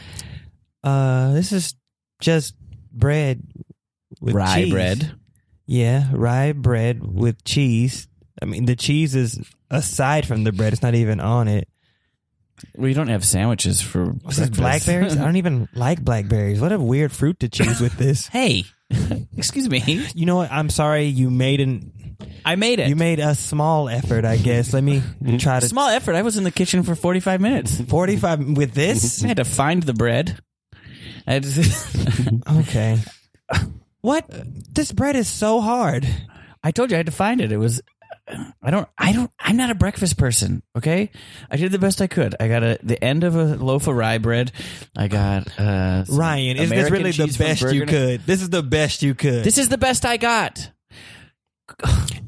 (laughs) uh this is just bread with Rye cheese. bread. Yeah, rye bread with cheese. I mean, the cheese is aside from the bread; it's not even on it. We don't have sandwiches for What's this breakfast. blackberries? I don't even like blackberries. What a weird fruit to choose with (laughs) (laughs) this. hey, excuse me. You know what? I'm sorry. You made an. I made it. You made a small effort, I guess. (laughs) Let me try to. Small effort. I was in the kitchen for 45 minutes. Forty-five with (laughs) this. I had to find the bread. I just, Okay. What? This bread is so hard. (laughs) I told you I had to find it. It was I don't I don't I'm not a breakfast person, okay? I did the best I could. I got a the end of a loaf of rye bread. I got uh some Ryan, is this American really the cheese from best you Burger- could? This is the best you could. This is the best I got.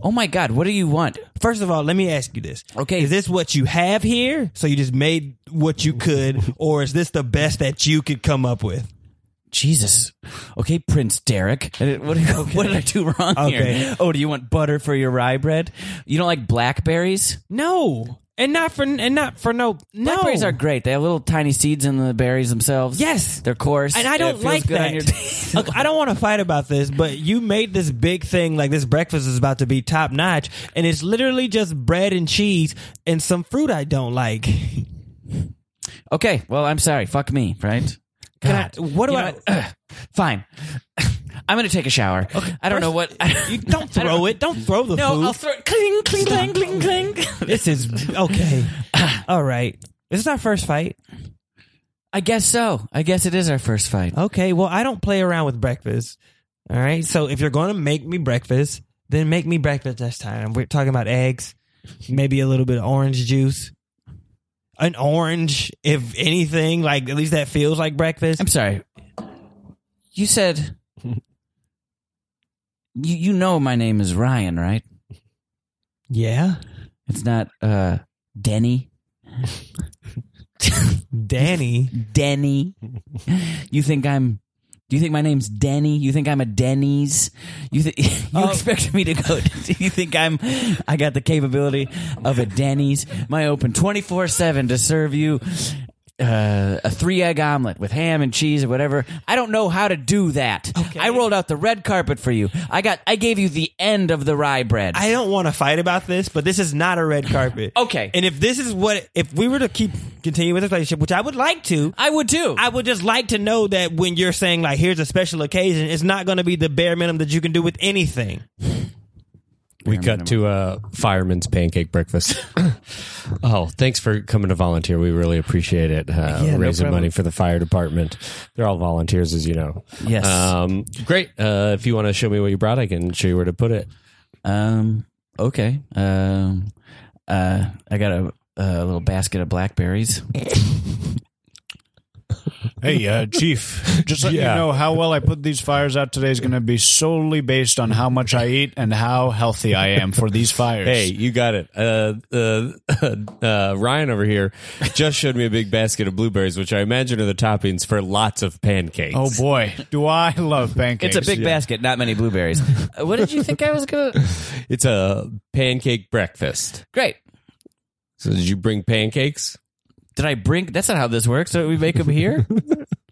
Oh my god, what do you want? First of all, let me ask you this. Okay. Is this what you have here? So you just made what you could, (laughs) or is this the best that you could come up with? Jesus. Okay, Prince Derek. I did- What, did- what did I do wrong Okay. here? Oh, do you want butter for your rye bread? You don't like blackberries? No. And not for and not for no no. Blackberries are great. They have little tiny seeds in the berries themselves. Oh. Yes. They're coarse. and I It don't feels like good on that. your teeth. (laughs) Look, I don't want to fight about this, but you made this big thing like this breakfast is about to be top notch, and it's literally just bread and cheese and some fruit I don't like. Okay, well, I'm sorry. Fuck me, right? Can I- God. what do You I- know Fine. (laughs) I'm going to take a shower. I don't know what. You don't I throw it. Don't throw the No, food. I'll throw it. Cling, cling, clang, cling, cling. this is (laughs) okay. All right. This is our first fight. (laughs) I guess so. I guess it is our first fight. Okay, well, I don't play around with breakfast. All right, so if you're going to make me breakfast, then make me breakfast this time. We're talking about eggs, maybe a little bit of orange juice, an orange, if anything. Like at least that feels like breakfast. I'm sorry. You (laughs) said. You, you know my name is Ryan, right? Yeah, It's not uh, Denny. Danny. Denny. You think I'm? Do you think my name's Denny? You think I'm a Denny's? You th- (laughs) you Oh. expect me to go? (laughs) Do you think I'm? I got the capability of a Denny's. My open twenty four seven to serve you uh, a three egg omelet with ham and cheese or whatever. I don't know how to do that. I rolled out the red carpet for you. I got. I gave you the end of the rye bread. I don't want to fight about this, but this is not a red carpet. (laughs) Okay. and if this is what, if we were to keep continuing with this relationship, which I would like to, I would too. I would just like to know that when you're saying like here's a special occasion, it's not going to be the bare minimum that you can do with anything. We cut to a fireman's pancake (coughs) breakfast. oh, thanks for coming to volunteer. We really appreciate it. Uh, Yeah, no raising problem. money for the fire department. They're all volunteers, as you know. Yes. Um, great. Uh, if you want to show me what you brought, I can show you where to put it. Um. Okay. Um. Uh. I got a a little basket of blackberries. Hey, uh, Chief, (laughs) just let Yeah. you know how well I put these fires out today is going to be solely based on how much I eat and how healthy I am for these fires. Hey, you got it. Uh, uh, (laughs) uh, Ryan over here just showed me a big basket of blueberries, which I imagine are the toppings for lots of pancakes. Oh boy, do I love pancakes. It's a big basket, not many blueberries. Uh, what did you think I was gonna? it's a pancake breakfast. Great. So did you bring pancakes? Did I bring? That's not how this works. Don't we make them here?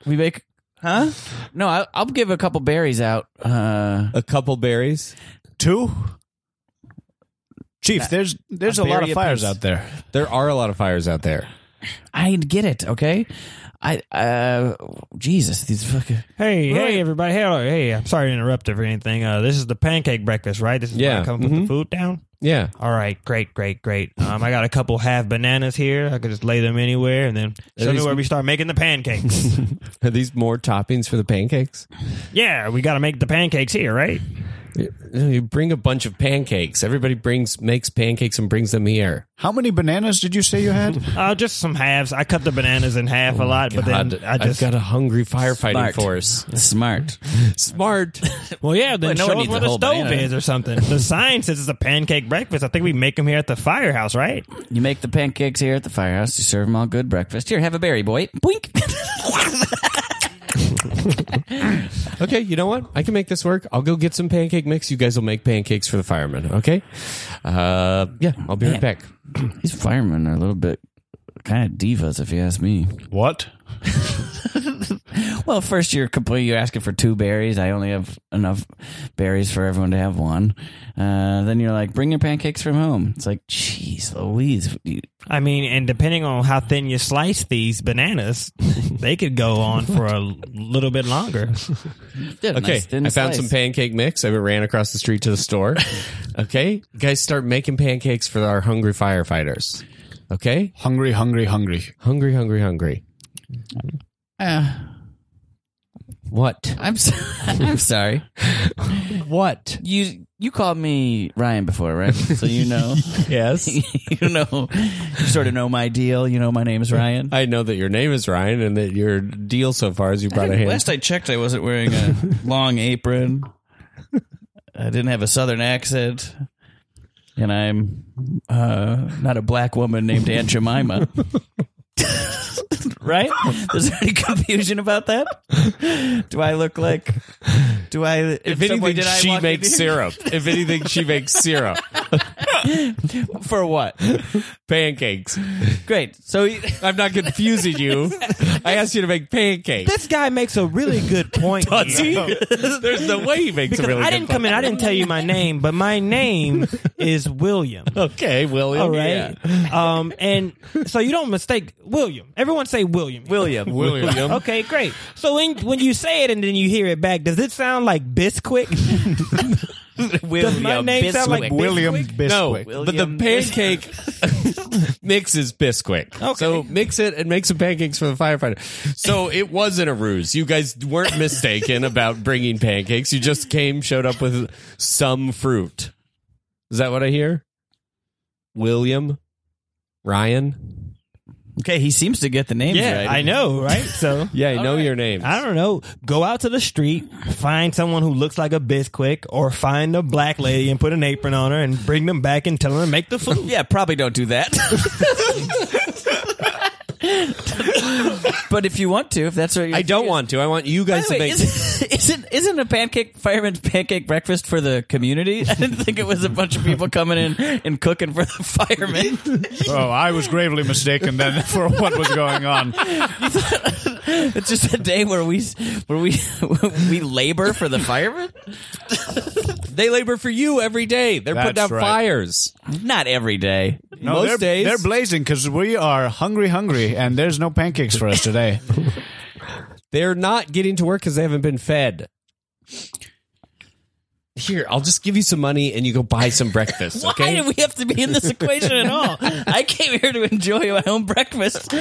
we make, huh? No, I, I'll give a couple berries out. Uh, A couple berries. Two? Chief, there's there's a, lot berry of a fires piece. out there. There are a lot of fires out there. I get it. Okay. I uh, Jesus, these fucking. Hey, Right. hey, everybody. Hey, hello. hey, I'm sorry to interrupt or anything. Uh, this is the pancake breakfast, right? This is where Yeah. I come put Mhm. Mm-hmm. the food down. Yeah. All right, great, great, great. Um, I got a couple half bananas here. I could just lay them anywhere, and then show me least- where we start making the (laughs) pancakes. Are these more toppings for the pancakes? yeah, we got to make the pancakes here, right? You- You bring a bunch of pancakes. Everybody brings makes pancakes and brings them here. How many bananas did you say you had? Uh, just some halves. I cut the bananas in half Oh a lot, but God, then I just have got a hungry firefighting Smart. (laughs) force. Smart. Smart. well, yeah. Then Well, no show one us needs where a the whole stove banana. is or something. the sign says it's a pancake breakfast. I think we make them here at the firehouse, right? You make the pancakes here at the firehouse. You serve them all good breakfast. Here, have a berry, boy. Boink. (laughs) okay, you know what? I can make this work. I'll go get some pancake mix. You guys will make pancakes for the firemen. Okay. Uh, yeah, I'll be right back. These firemen are a little bit kind of divas, if you ask me. What? Well, first you're complaining. You're asking for two berries. I only have enough berries for everyone to have one. Uh, then you're like, bring your pancakes from home. It's like, jeez, Louise. You, I mean, and depending on how thin you slice these bananas, (laughs) they could go on for a little bit longer. did a Okay, nice thin I found slice. some pancake mix. I ran across the street to the store. okay, guys, start making pancakes for our hungry firefighters. Okay, Hungry, hungry, hungry. hungry, hungry, hungry. Uh, What? I'm so- (laughs) I'm sorry. What? You you called me Ryan before, right? So you know, (laughs) Yes, (laughs) you know, you sort of know my deal. You know, my name is Ryan. I know that your name is Ryan, and that your deal so far is you brought a hand. Last I checked, I wasn't wearing (laughs) a long apron. I didn't have a southern accent, and I'm uh, not a black woman named Aunt (laughs) Jemima. right? Is there any confusion about that? Do I look like? Do I? If, if anything, did I she walk in makes here- syrup. If anything, she makes (laughs) syrup. (laughs) for what? Pancakes. Great. So he- I'm not confusing you. I asked you to make pancakes. This guy makes a really (laughs) good point. See? There's no way he makes Because a really I good didn't come in. I didn't tell you my name, but my name is William. Okay, William. All right. Um, and so you don't mistake William. Everyone say William. William. William. (laughs) Okay, great. So when when you say it and then you hear it back, does it sound like Bisquick? (laughs) Does my name sound like William Bisquick? No, Bisquick. but the pancake mix is Bisquick. Okay. So mix it and make some pancakes for the firefighter. So it wasn't a ruse. You guys weren't mistaken about bringing pancakes. You just came, showed up with some fruit. Is that what I hear? William? (laughs) Ryan? Okay, he seems to get the names Yeah, right. I know, right? So Yeah, I know your name. I don't know. Go out to the street, find someone who looks like a Bisquick, or find a black lady and put an apron on her and bring them back and tell her to make the food. Yeah, probably don't do that. but if you want to, if that's what you're I don't want to. I want you By guys the way, to make isn't, isn't isn't a pancake fireman's pancake breakfast for the community? (laughs) I didn't think it was a bunch of people coming in and cooking for the firemen. Oh, I was gravely mistaken then (laughs) for what was going on. It's just a day where we where we (laughs) we labor for the firemen. They (laughs) labor for you every day. They're putting out That's right. fires. Not every day. No, Most they're, days. they're blazing because we are hungry, hungry, and there's no pancakes for us today. They're not getting to work because they haven't been fed. Here, I'll just give you some money and you go buy (laughs) some breakfast. Why Okay. do we have to be in this equation at all? I came here to enjoy my own breakfast.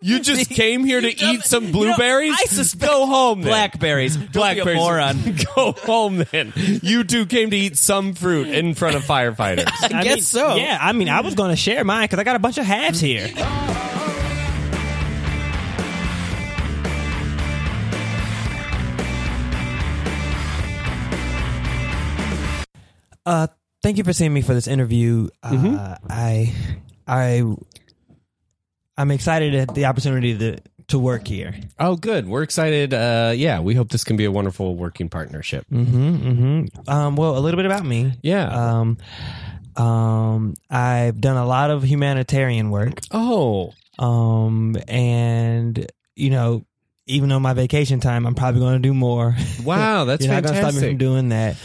you just came here to You dumb- eat some you know, blueberries. I suspect go home. Then. Blackberries. Don't Be Blackberries. a moron. (laughs) go home then. You two came to eat some fruit in front of firefighters. I guess mean, so. Yeah, I mean, I was going to share mine because I got a bunch of halves here. Uh, thank you for seeing me for this interview. Uh, I, I, I'm excited at the opportunity to to work here. (laughs) Oh, good. We're excited. Uh, yeah, we hope this can be a wonderful working partnership. Mm-hmm, hmm Um, well, a little bit about me. Yeah. Um, um, I've done a lot of humanitarian work. oh, Um, and you know, even on my vacation time, I'm probably going to do more. (laughs) (laughs) wow. That's You're not gonna stop me from fantastic. doing that.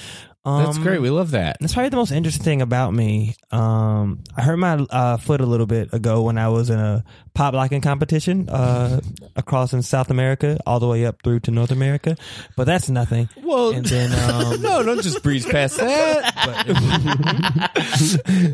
Um, That's great. We love that. That's probably the most interesting thing about me. Um, I hurt my uh, foot a little bit ago when I was in a pop locking competition uh, across in South America, all the way up through to North America. But that's nothing. Well, and then (laughs) um, no, don't just breeze past that.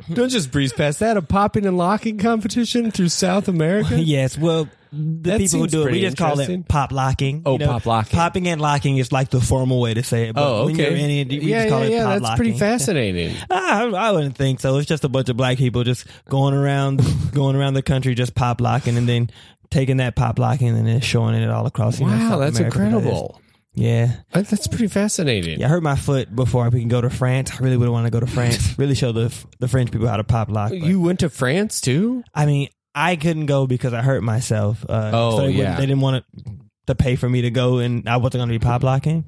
(laughs) don't just breeze past that. A popping and locking competition through South (laughs) America. yes, well, the That people who seems do it, we pretty just call interesting. it pop locking. Oh, pop locking. Popping and locking is like the formal way to say it. But Oh, When okay. you're in it, we yeah, just call yeah, it yeah. pop That's locking. pretty fascinating. I, I wouldn't think so. It's just a bunch of black people just (laughs) going around, going around the country, just pop locking, and then taking that pop locking and then showing it all across. you know, wow, South that's America. That is- incredible. yeah, That- That's pretty fascinating. yeah. I hurt my foot before we can go to France. I really would want to go (laughs) to France. really show the the French people how to pop lock. but- You went to France too? I mean, I couldn't go because I hurt myself. Uh, Oh, so they, yeah. wouldn't- they didn't want to, to pay for me to go, and I wasn't going to be Mm-hmm. pop locking.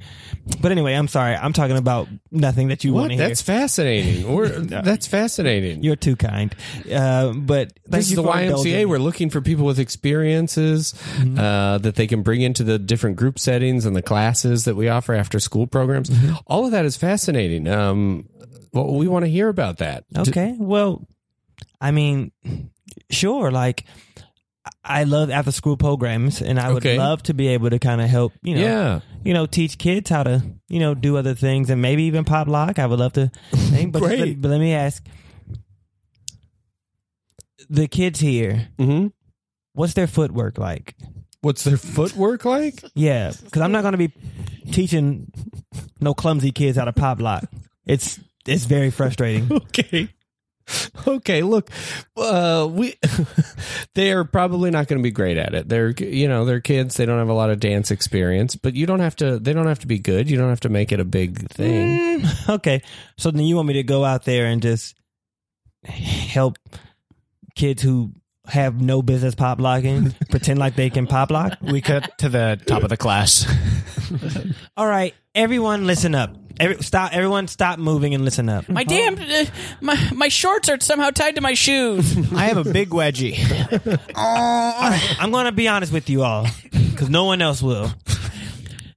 But anyway, I'm sorry. I'm talking about nothing that you want What? to hear. That's fascinating. (laughs) We're, That's fascinating. You're too kind. Uh, but thank this you is the for YMCA. indulging. We're looking for people with experiences Mm-hmm. uh, that they can bring into the different group settings and the classes that we offer after school programs. Mm-hmm. All of that is fascinating. Um, well, we want to hear about that. Okay. Well, I mean, sure. Like, I love after school programs, and I would Okay. love to be able to kind of help, you know, Yeah. you know, teach kids how to, you know, do other things and maybe even pop lock. I would (laughs) love to. Think, but, Great. Let, but let me ask the kids here, Mm-hmm. what's their footwork like? What's their footwork (laughs) like? Yeah, because I'm not going to be teaching no clumsy kids how to pop lock. It's it's very frustrating. okay. Okay, look, uh, we (laughs) they are probably not going to be great at it. They're you know they're kids. They don't have a lot of dance experience, but you don't have to. They don't have to be good. You don't have to make it a big thing. okay. So then you want me to go out there and just help kids who have no business pop locking pretend like they can pop lock? We cut to the (laughs) top of the class. All right, everyone listen up. Every, stop everyone stop moving and listen up. My damn, uh, my my shorts are somehow tied to my shoes. I have a big wedgie. I'm going to be honest with you all cuz no one else will.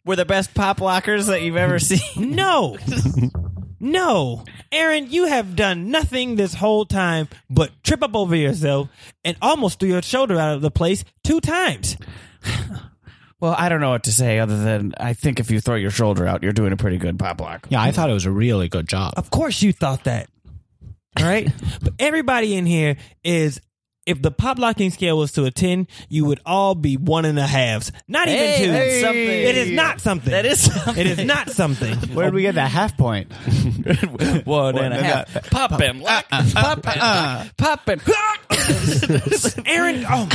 We're the best pop lockers that you've (laughs) ever seen. No. No, Aaron, you have done nothing this whole time but trip up over yourself and almost threw your shoulder out of the place two times. Well, I don't know what to say other than I think if you throw your shoulder out, you're doing a pretty good pop lock. Yeah, I thought it was a really good job. Of course you thought that. (laughs) All right? but everybody in here is if the pop locking scale was to a ten, you would all be one and a halves. Not Hey, even two. that's something. It is not something. That is something. it is (laughs) not something. Where did we get that half point? (laughs) One and a half. Pop him, lock, pop him, lock, pop him. Aaron, oh,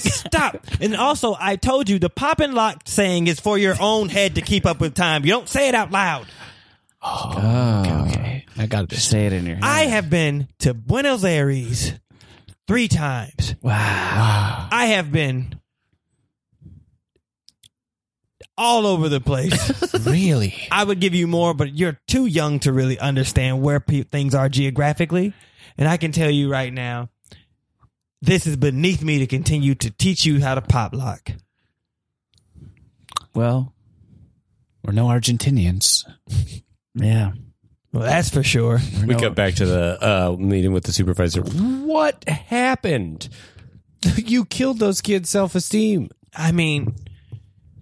stop. And also, I told you the pop and lock saying is for your own head to keep up with time. You don't say it out loud. Okay, I got this. Say it in your head. I have been to Buenos Aires three times. Wow. I have been all over the place. (laughs) Really? I would give you more, but you're too young to really understand where pe- things are geographically. And I can tell you right now, this is beneath me to continue to teach you how to pop lock. well, We're no Argentinians. yeah. Well, that's for sure. We got back to the uh, meeting with the supervisor. What happened? (laughs) You killed those kids' self esteem. I mean,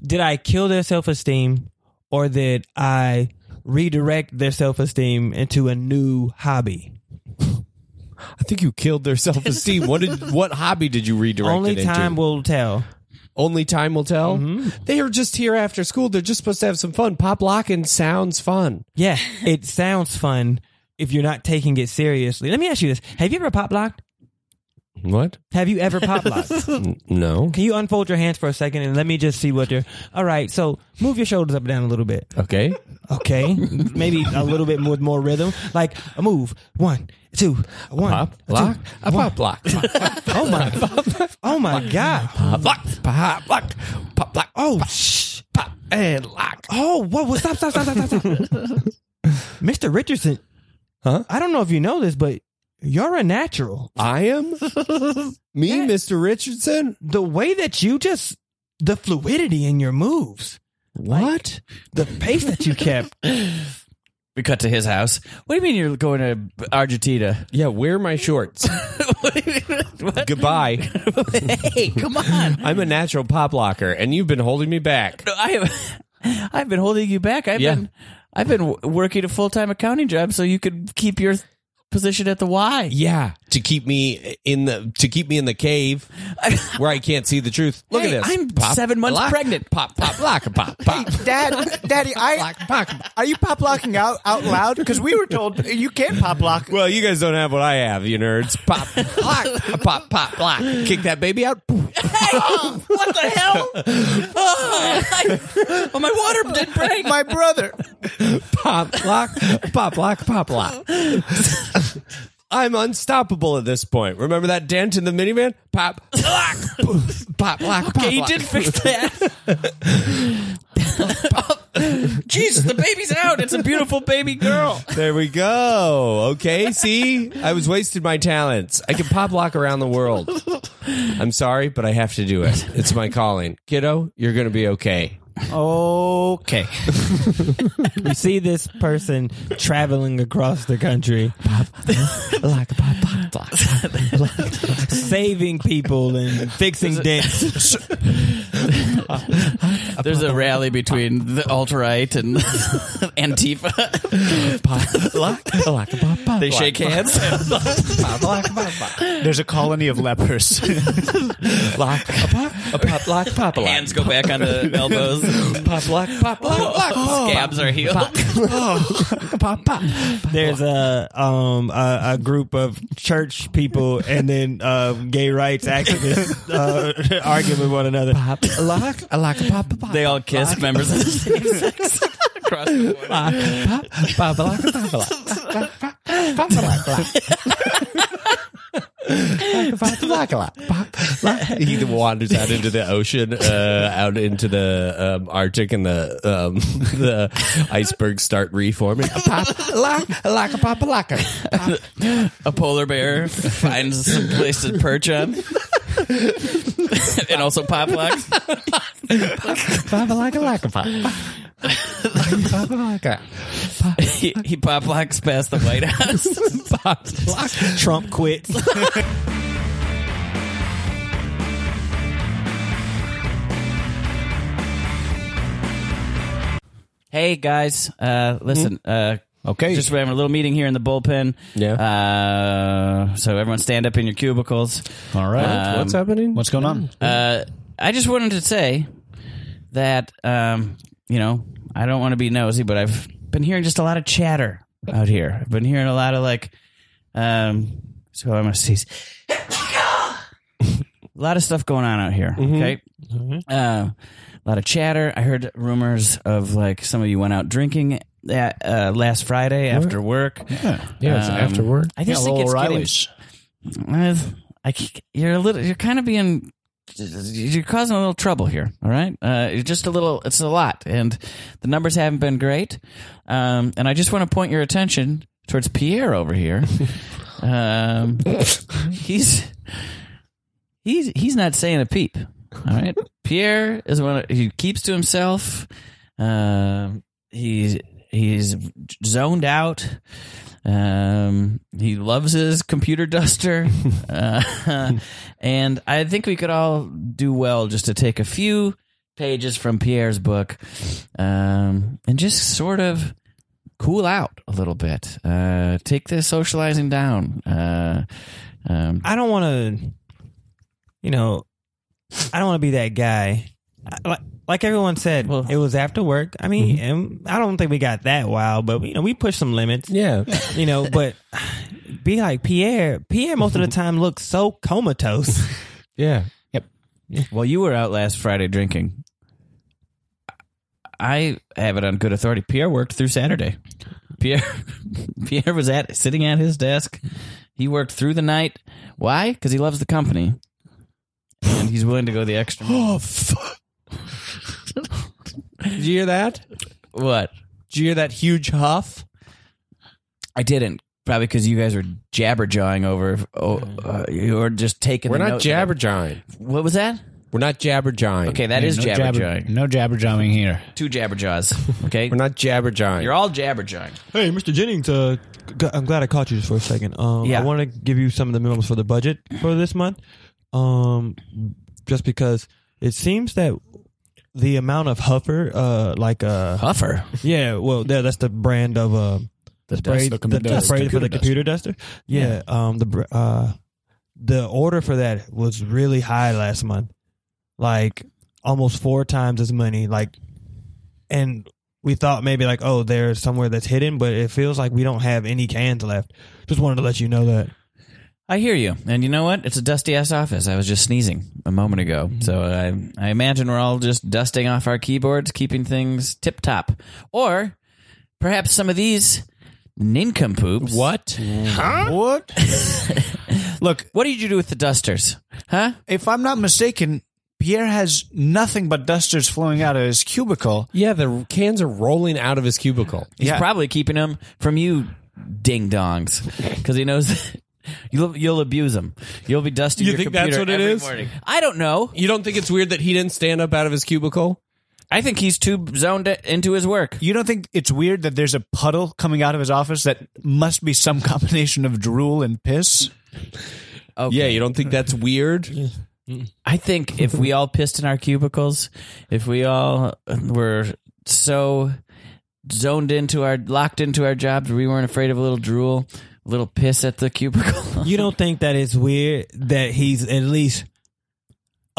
did I kill their self esteem or did I redirect their self esteem into a new hobby? I think you killed their self esteem. what (laughs) did? What hobby did you redirect Only it time into? will tell. Only time will tell. They are just here after school. They're just supposed to have some fun. Pop locking sounds fun. (laughs) Yeah, it sounds fun if you're not taking it seriously. Let me ask you this Have you ever pop locked? What? Have you ever pop locked? (laughs) No. Can you unfold your hands for a second and let me just see what you're. All right, so move your shoulders up and down a little bit. Okay. (laughs) Okay, maybe a little bit more more rhythm, like a move, one, two, one, Pop, two, lock, a one. pop, lock, Oh (laughs) my, oh my god, pop, lock, pop, lock, pop, lock, oh shh. pop, and lock. Oh, whoa, whoa, stop, stop, stop, stop, stop, stop. (laughs) Mr. Richardson, Huh? I don't know if you know this, but you're a natural. I (laughs) am me, Mr. Richardson. The way that you just, the fluidity in your moves, What? the pace that you (laughs) kept. We cut to his house. What do you mean you're going to Argentina? Yeah, wear my shorts. (laughs) Goodbye. hey, come on. I'm a natural pop locker, and you've been holding me back. No, (laughs) I have, I've been holding you back. I've Yeah. been I've been w- working a full time accounting job so you could keep your position at the Y. Yeah, to keep me in the to keep me in (laughs) the cave where I can't see the truth. Look Hey, at this. I'm seven months lock, pregnant. Pop, pop, lock, pop, pop. Dad, Daddy, I Lock, pop. are you pop locking out out loud? Because we were told you can't pop lock. Well, you guys don't have what I have, you nerds. Pop, lock, pop, pop, lock. Kick that baby out. What the hell? Oh, I- oh, my water did break. My brother. Pop, lock, pop, lock, pop, lock. I'm unstoppable at this point. Remember that dent in the minivan? Pop, lock, pop, lock, pop, (laughs) Okay, you lock. did fix that. (laughs) Jeez, the baby's out. It's a beautiful baby girl. There we go. Okay, see? I was wasting my talents. I can pop lock around the world. I'm sorry, but I have to do it. It's my calling. Kiddo, you're going to be okay. Okay. You see this person traveling across the country, (laughs) saving people and fixing dents. There's a rally between the alt right and (laughs) Antifa. They shake hands. There's a colony of (laughs) lepers. Lock, a pop, a pop, lock, pop, a lock. Hands go back on (laughs) the elbows. Oh, Pop, lock, pop, lock, lock. Scabs are healed. pop, pop. There's a um a, a group of church people and then uh, gay rights activists uh, (laughs) arguing with one another. Pop, a lock, a lock, a pop, a pop. They all kiss members of the same (laughs) sex across the border. Lock, pop, pop, a lock, pop, a lock. Lock, pop, pop, a lock, lock. Lock, lock, lock, pop, lock. (laughs) He wanders out into the ocean, uh, out into the um, Arctic, and the um, (laughs) the icebergs start reforming. A pop, a lock, a lock, a pop, a lock. A polar bear finds some place to perch (laughs) on. (laughs) and also pop locks. Pop, a lock, a lock, a pop. Pop, a lock, a He, he pop locks past the White House. pop, lock. Trump quits. Hey guys, uh, listen. Uh, Okay. just we're having a little meeting here in the bullpen. Yeah. Uh, so everyone stand up in your cubicles. All right. What's happening? What's going on? Uh, I just wanted to say that um, you know I don't want to be nosy, but I've been hearing just a lot of chatter out here. I've been hearing a lot of like, um, so I'm gonna sneeze. (laughs) a lot of stuff going on out here. Mm-hmm. Okay. Uh, a lot of chatter. I heard rumors of like some of you went out drinking at, uh, last Friday after work. Yeah, it's Um, after work. I just think it's getting I, I, c- you're a little, you're kind of being, you're causing a little trouble here. All right, uh, you're just a little. It's a lot, and the numbers haven't been great. Um, and I just want to point your attention towards Pierre over here. um, he's he's he's not saying a peep. All right, Pierre is one. Of, he keeps to himself. Um, he's he's zoned out. Um, he loves his computer duster, uh, (laughs) and I think we could all do well just to take a few pages from Pierre's book, um, and just sort of cool out a little bit. Uh, take this socializing down. Uh, um, I don't want to, you know, I don't want to be that guy. I- Like, like everyone said, Well- it was after work. I mean, and I don't think we got that wild, but you know, we pushed some limits. Yeah. You know, but (sighs) be like Pierre. Pierre most (laughs) of the time looks so comatose. Yeah. well, you were out last Friday drinking. I have it on good authority. Pierre worked through Saturday. Pierre (laughs) Pierre was at sitting at his desk. He worked through the night. Why? Because he loves the company, and he's willing to go the extra. mile. Oh, Did you hear that? what? Did you hear that huge huff? I didn't. Probably because you guys were jabberjawing over, oh, uh, you were just taking. We're the not notes. jabberjawing. What was that? We're not jabberjawing. Okay, that is no jabberjawing. no jabberjawing here. Two jabberjaws. (laughs) Okay, We're not jabberjawing. you're all jabberjawing. Hey, Mr. Jennings, uh, g- I'm glad I caught you just for a second. Um, Yeah. I want to give you some of the minimums for the budget for this month. Um, just because it seems that the amount of huffer, uh, like uh, Huffer. yeah, well, yeah, that's the brand of uh, the spray, dust that can be the, the dust. spray for the Computer dust. computer duster. Yeah, um, the br- uh, the order for that was really high last month, like almost four times as many. Like, and we thought maybe like, oh, there's somewhere that's hidden, but it feels like we don't have any cans left. Just wanted to let you know that. I hear you, and you know what? It's a dusty ass office. I was just sneezing a moment ago, Mm-hmm. so I I imagine we're all just dusting off our keyboards, keeping things tip top, or perhaps some of these nincompoops. what? (laughs) What? Look, what did you do with the dusters, huh? If I'm not mistaken, Pierre has nothing but dusters flowing out of his cubicle. Yeah, the cans are rolling out of his cubicle. He's Yeah. probably keeping them from you, ding dongs, because he knows (laughs) you'll you'll abuse them. You'll be dusting You your think that's computer what it every is? morning. I don't know. You don't think it's weird that he didn't stand up out of his cubicle? I think he's too zoned into his work. You don't think it's weird that there's a puddle coming out of his office that must be some (laughs) combination of drool and piss? Okay. Yeah, you don't think that's (laughs) weird? I think if we all pissed in our cubicles, if we all uh, were so zoned into our locked into our jobs, we weren't afraid of a little drool, a little piss at the cubicle. (laughs) You don't think that it's weird that he's at least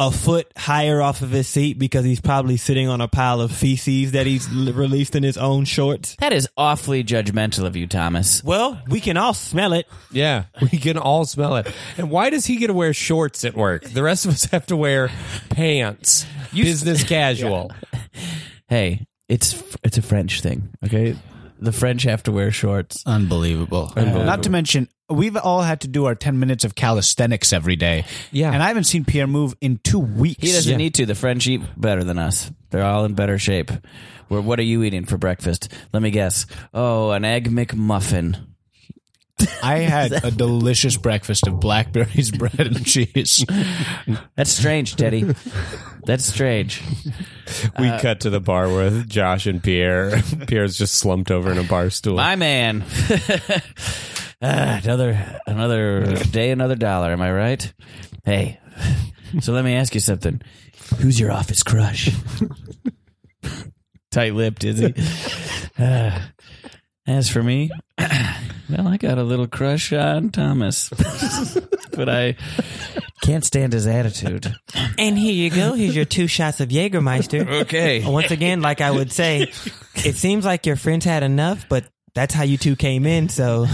a foot higher off of his seat because he's probably sitting on a pile of feces that he's l- released in his own shorts? that is awfully judgmental of you, Thomas. Well, we can all smell it. Yeah, we can all smell it. And why does he get to wear shorts at work? The rest of us have to wear pants, business casual. (laughs) Hey, it's it's a French thing, okay? The French have to wear shorts. Unbelievable. Uh, Not to mention, we've all had to do our 10 minutes of calisthenics every day. Yeah. And I haven't seen Pierre move in two weeks. He doesn't need to. The French eat better than us. They're all in better shape. Where what are you eating for breakfast? Let me guess. Oh, an egg McMuffin. (laughs) I had a delicious breakfast (laughs) of blackberries, bread, and cheese. That's strange, Teddy. That's strange. We cut to the bar with Josh and Pierre. (laughs) Pierre's just slumped over in a bar stool. My man. (laughs) Ah, another another day, another dollar. Am I right? Hey, so let me ask you something. Who's your office (laughs) crush? Tight lipped, is he? Ah, as for me, (clears throat) well, I got a little crush on Thomas, (laughs) but I can't stand his attitude. And here you go. Here's your two shots (laughs) of Jägermeister. Okay. Once again, like I would say, it seems like your friends had enough, but that's how you two came (laughs) in. So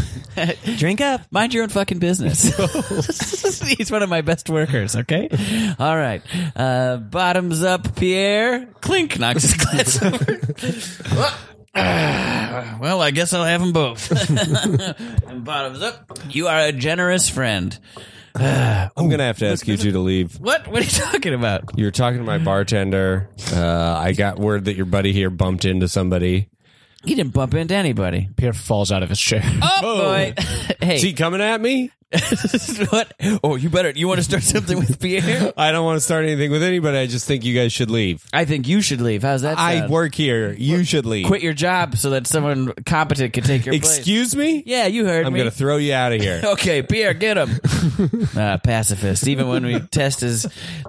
drink up. Mind your own fucking (laughs) business. He's one of my best workers, okay? All right. Uh, bottoms up, Pierre. Clink knocks his glass over. Ah, (sighs) well, I guess I'll have them both. (laughs) and bottoms up. You are a generous friend. I'm going to have to ask you two to leave. What? What are you talking about? You were talking to my bartender. Uh, I got word that your buddy here bumped into somebody. He didn't bump into anybody. Pierre falls out of his chair. Oh, boy. hey. Is he coming at me? (laughs) what? Oh, you better. You want to start something with Pierre? I don't want to start anything with anybody. I just think you guys should leave. I think you should leave. How's that? I sound? work here. You should leave. Quit your job so that someone competent can take your place. Excuse me? Yeah, you heard I'm me. going to throw you out of here. okay, Pierre, get (laughs) him. uh, pacifist. Even when we test his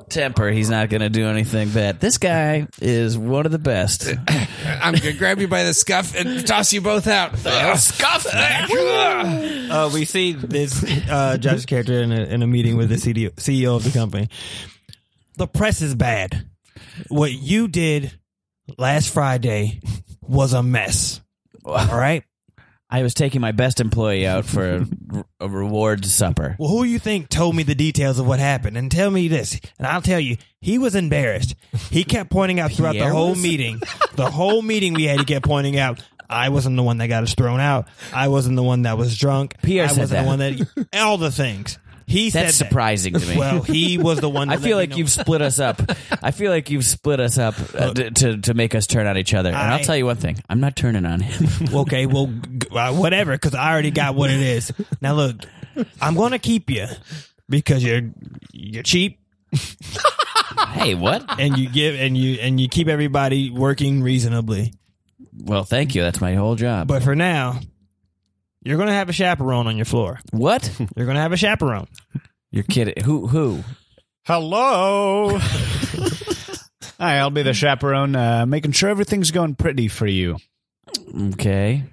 temper, he's not going to do anything bad. This guy is one of the (laughs) best. (laughs) I'm going to grab you by the scuff and toss you both out. (laughs) scuff? uh, we see this uh, Josh's character in a, in a meeting with the CDO, CEO E of the company. The press is bad. What you did last Friday was a mess. All right. I was taking my best employee out for a, a reward supper. Well, who you think told me the details of what happened? And tell me this, and I'll tell you, he was embarrassed. He kept pointing out throughout the Pierre whole was? meeting, the whole meeting we had, he kept pointing out, I wasn't the one that got us thrown out. I wasn't the one that was drunk. Pierre I said wasn't that. the one that all the things. He said That's that. surprising to me. Well, he was the (laughs) one. I that feel like let me know. you've split us up. I feel like you've split us up uh, d- to to make us turn on each other. And I, I- will tell you one thing: I'm not turning on (laughs) him. okay, well, g- uh, whatever, because I already got what it is. Now look, I'm gonna keep you because you're you're cheap hey, what? and you give and you and you keep everybody working reasonably. Well, thank you. That's my whole job. But for now, you're gonna have a chaperone on your floor. (laughs) what? You're gonna have a chaperone. You're kidding? Who? Who? Hello. Hi, I'll be the chaperone, uh, making sure everything's going pretty for you. Okay.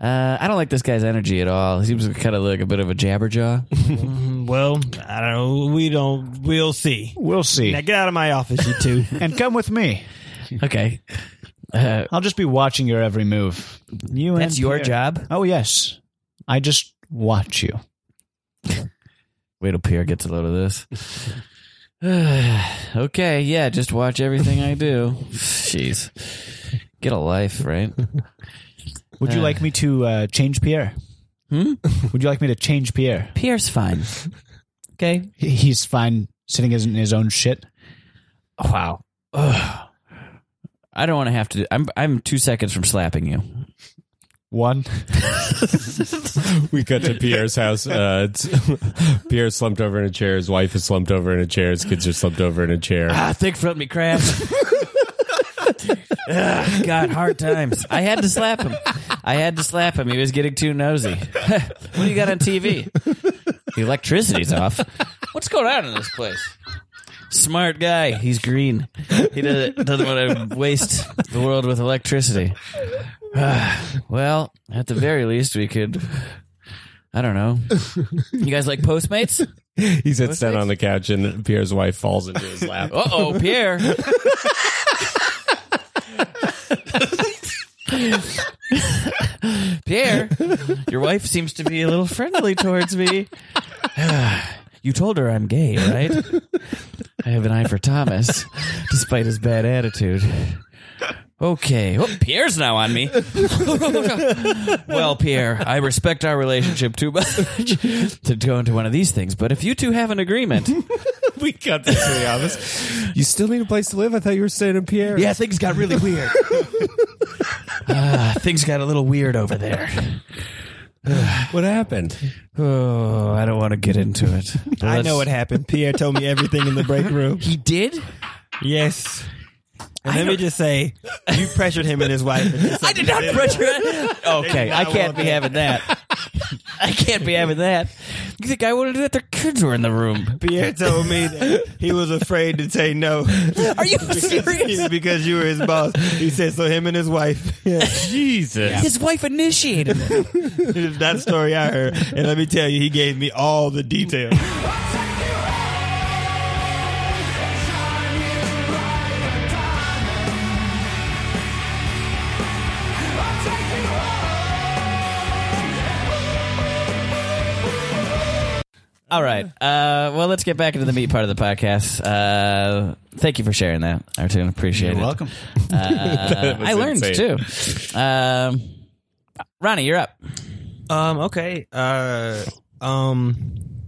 Uh, I don't like this guy's energy at all. He seems kind of like a bit of a (laughs) jabberjaw. Well, I don't know. We don't. We'll see. We'll see. Now get out of my office, you two. and come with me. Okay. Uh, I'll just be watching your every move. You that's and your Pierre. job. Oh yes, I just watch you. Wait till Pierre gets a load of this. (sighs) okay, yeah, just watch everything I (laughs) do. Jeez. Get a life, right? Would you Uh. like me to uh, change Pierre? Hmm? (laughs) Would you like me to change Pierre? Pierre's fine. (laughs) Okay. He- He's fine sitting in his own shit. Wow. Ugh. I don't want to have to. I'm I'm two seconds from slapping you. One. (laughs) We cut to Pierre's house. Uh, it's, (laughs) Pierre's slumped over in a chair. His wife is slumped over in a chair. His kids are slumped over in a chair. (laughs) Ah, thick front me crabs. Ugh, God, hard times. I had to slap him. I had to slap him. He was getting too nosy. (laughs) what do you got on TV? The electricity's off. What's going on in this place? Smart guy. He's green. He doesn't, doesn't want to waste the world with electricity. (sighs) Ah, well, at the very least, we could. I don't know. You guys like Postmates? He sits down on the couch, and Pierre's wife falls into his lap. Uh oh, Pierre. Pierre, your wife seems to be a little friendly towards me. (sighs) you told her I'm gay, right? I have an eye for Thomas, despite his bad attitude. Okay. Oh, Pierre's now on me. (laughs) well, Pierre, I respect our relationship too much (laughs) to go into one of these things, but if you two have an agreement. (laughs) we cut this to the office. You still need a place to live? I thought you were staying in Pierre. Yeah, (laughs) things got really (laughs) weird. Ah, things got a little weird over there. What happened? Oh, I don't want to get into (laughs) it. I know what happened. Pierre told me everything in the break (laughs) room. He did? Yes. And let me just say, you pressured him and his wife. (laughs) I did not pressure it. Okay, I can't be having that. I can't be having that. You think I wanted to do that? Their kids were in the room. (laughs) Pierre told me that he was afraid to say no Are you because, serious? (laughs) because you were his boss. He said so. Him and (laughs) his wife. Yeah, Jesus. (laughs) His wife initiated it. (laughs) that story I heard, and let me tell you, he gave me all the details. All right. Uh, well, let's get back into the meat part of the podcast. Uh, thank you for sharing that, Artun. Appreciate it. Uh, was I learned insane. too. Um, Ronnie, you're up. Um. Okay. Uh. Um.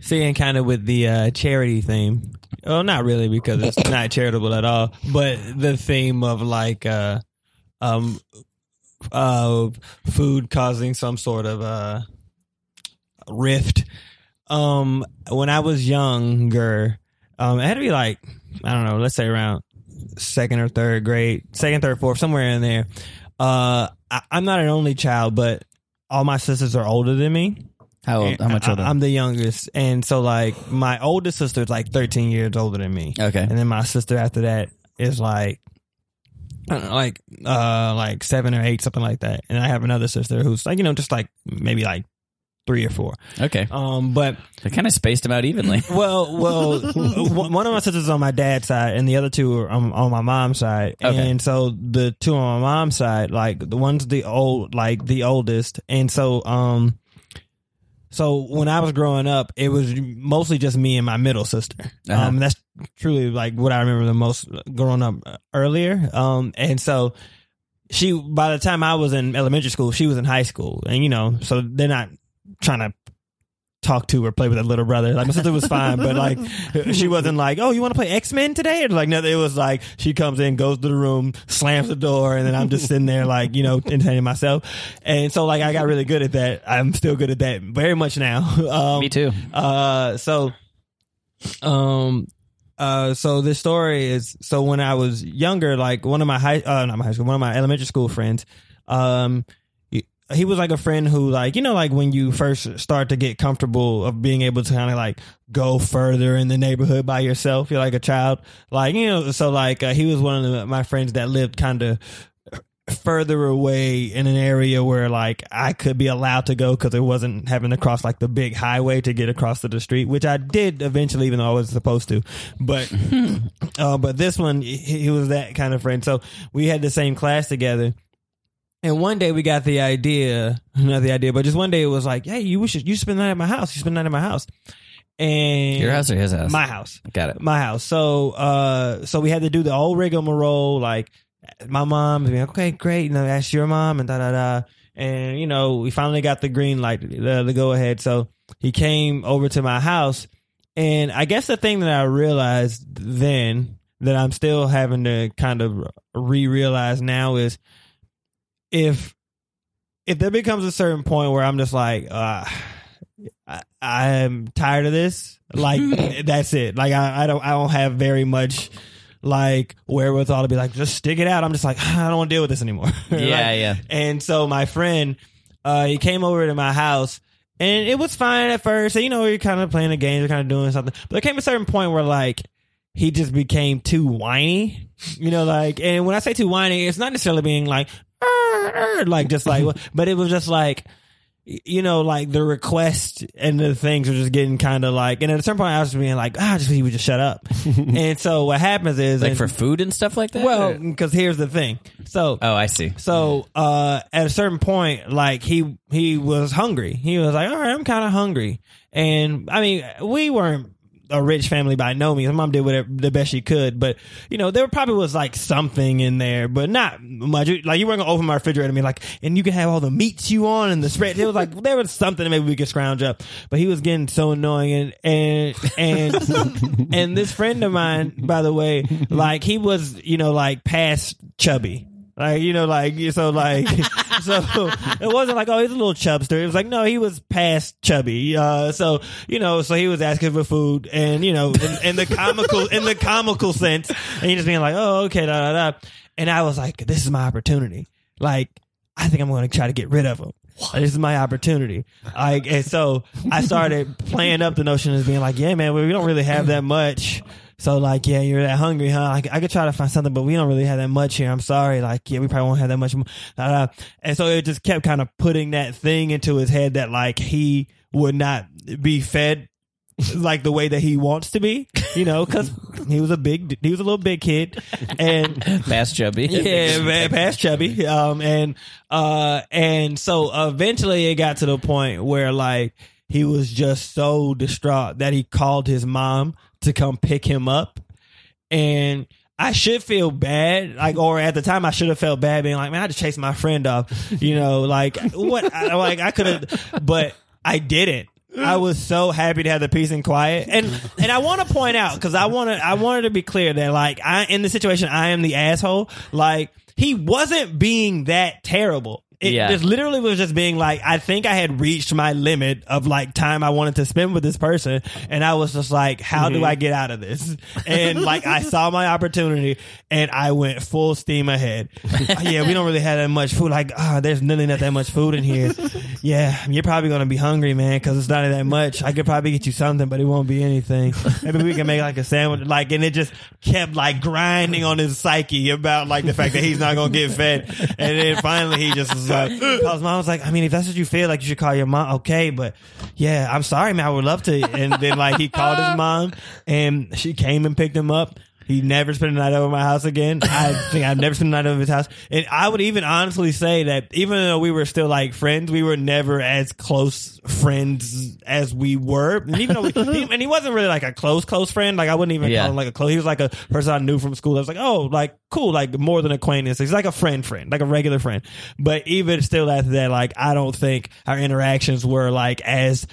Seeing kind of with the uh, charity theme. Well, not really because it's not charitable at all. But the theme of like, uh, um, uh, food causing some sort of uh rift. Um. When I was younger, um, it had to be like I don't know. Let's say around second or third grade, second, third, fourth, somewhere in there. Uh, I, I'm not an only child, but all my sisters are older than me. How old? Oh, How much I- older? I'm the youngest, and so like my oldest sister is like 13 years older than me, okay. and then my sister after that is like, I don't know, like uh, like seven or eight, something like that. And I have another sister who's like you know just like maybe like three or four. Okay. Um, but They kind of spaced them out evenly. (laughs) well, well, w- one of my sisters is on my dad's side, and the other two are um, on, on my mom's side. Okay. And so the two on my mom's side, like the one's the old, like the oldest, and so um, so when I was growing up, it was mostly just me and my middle sister. Uh-huh. Um, that's truly like what I remember the most growing up uh, earlier. Um, and so she, by the time I was in elementary school, she was in high school, and you know, so they're not trying to talk to or play with her little brother. Like my sister was fine, but like she wasn't like, "Oh, you want to play X Men today?" Or like no, it was like she comes in, goes to the room, slams the door, and then I'm just sitting there like you know entertaining myself. And so like I got really good at that. I'm still good at that very much now. (laughs) Um, Me too. uh, so, um, uh, so this story is so when I was younger, like one of my high, uh, not my high school, one of my elementary school friends, um, he- he was like a friend who, like, you know, like when you first start to get comfortable of being able to kind of like go further in the neighborhood by yourself, you're like a child, like, you know, so like, uh, he was one of the, my friends that lived kind of further away in an area where like I could be allowed to go because it wasn't having to cross like the big highway to get across to the street, which I did eventually, even though I wasn't supposed to. (laughs) But uh, but this one, he, he was that kind of friend. So we had the same class together. And one day we got the idea, not the idea, but just one day it was like, hey, you should you spend the night at my house. You spend the night at my house. And Your house or his house? my house Got it. my house. So uh so we had to do the whole rigmarole, like my mom being like, Okay, great, you know, that's your mom and da da da. And you know, we finally got the green light, the, the go ahead. So he came over to my house and I guess the thing that I realized then that I'm still having to kind of re realize now is if if there becomes a certain point where I'm just like, uh, I, I'm tired of this. (laughs) Like that's it. Like I, I don't I don't have very much like wherewithal to be like just stick it out. I'm just like "Ah, I don't want to deal with this anymore. (laughs) Yeah, Like, yeah. and so my friend, uh, he came over to my house and it was fine at first. So, you know, you're kind of playing a game, you're kind of doing something. But there came a certain point where like he just became too whiny, you know, like, and when I say too whiny, it's not necessarily being like, "Er, er," like (laughs) just like, but it was just like, you know, like the request and the things were just getting kind of like, and at a certain point I was just being like, ah, just, he would just (laughs) shut up. and so what happens is, Like and- for food and stuff like that? (laughs) well, or- because here's the thing. So, Oh, I see. so uh, at a certain point, like he he was hungry. He was like, "All right, I'm kind of hungry." And I mean, we weren't a rich family by no means. My mom did whatever the best she could, but you know, there probably was like something in there, but not much. Like you weren't gonna open my refrigerator and be like, "And you can have all the meats you want and the spread." It was like (laughs) there was something that maybe we could scrounge up, but he was getting so annoying and and and and this friend of mine, by the way, like he was you know like past chubby. Like you know, like so, like so, it wasn't like oh, he's a little chubster. It was like no, he was past chubby. Uh, so you know, so he was asking for food, and you know, in, in the comical, in the comical sense, and he just being like, oh, okay, da da da. And I was like, this is my opportunity. Like, I think I'm going to try to get rid of him. This is my opportunity. Like, and so I started playing up the notion as being like, yeah, man, we we don't really have that much. So like, yeah, you're that hungry, huh? Like, I could try to find something, but we don't really have that much here. I'm sorry. Like, yeah, we probably won't have that much. More. Uh, and so it just kept kind of putting that thing into his head that like he would not be fed like the way that he wants to be, you know, cause he was a big, he was a little big kid and Bass chubby. (laughs) (laughs) yeah, man, past chubby. Um, and uh, and so eventually it got to the point where like he was just so distraught that he called his mom to come pick him up, and. I should feel bad, like, or at the time I should have felt bad, being like, "Man, I just chased my friend off," you know, like what, I, like I could have, but I didn't. I was so happy to have the peace and quiet, and and I want to point out because I want to I wanted to be clear that like I in the situation I am the asshole. Like he wasn't being that terrible. It Yeah. just literally was just being like I think I had reached my limit of like time I wanted to spend with this person, and I was just like, how do I get out of this? And like I saw my opportunity, and I went full steam ahead. yeah, we don't really have that much food. Like, ah, there's really not that much food in here. Yeah, you're probably gonna be hungry, man, because it's not that much. I could probably get you something, but it won't be anything. Maybe we can make like a sandwich. Like, and it just kept like grinding on his psyche about like the fact that he's not gonna get fed. And then finally, he just was was like, Paul's mom was like, I mean, if that's what you feel like, you should call your mom. Okay, but yeah, I'm sorry, man. I would love to. And then like he called his mom, and she came and picked him up. He never spent the night over my house again. I think I've never spent the night over his house. And I would even honestly say that even though we were still like friends, we were never as close friends as we were. And even though we, he, and he wasn't really like a close, close friend. Like I wouldn't even Yeah. call him like a close. He was like a person I knew from school. I was like, oh, like cool, like more than acquaintance. He's like a friend, friend, like a regular friend. But even still after that, like I don't think our interactions were like as,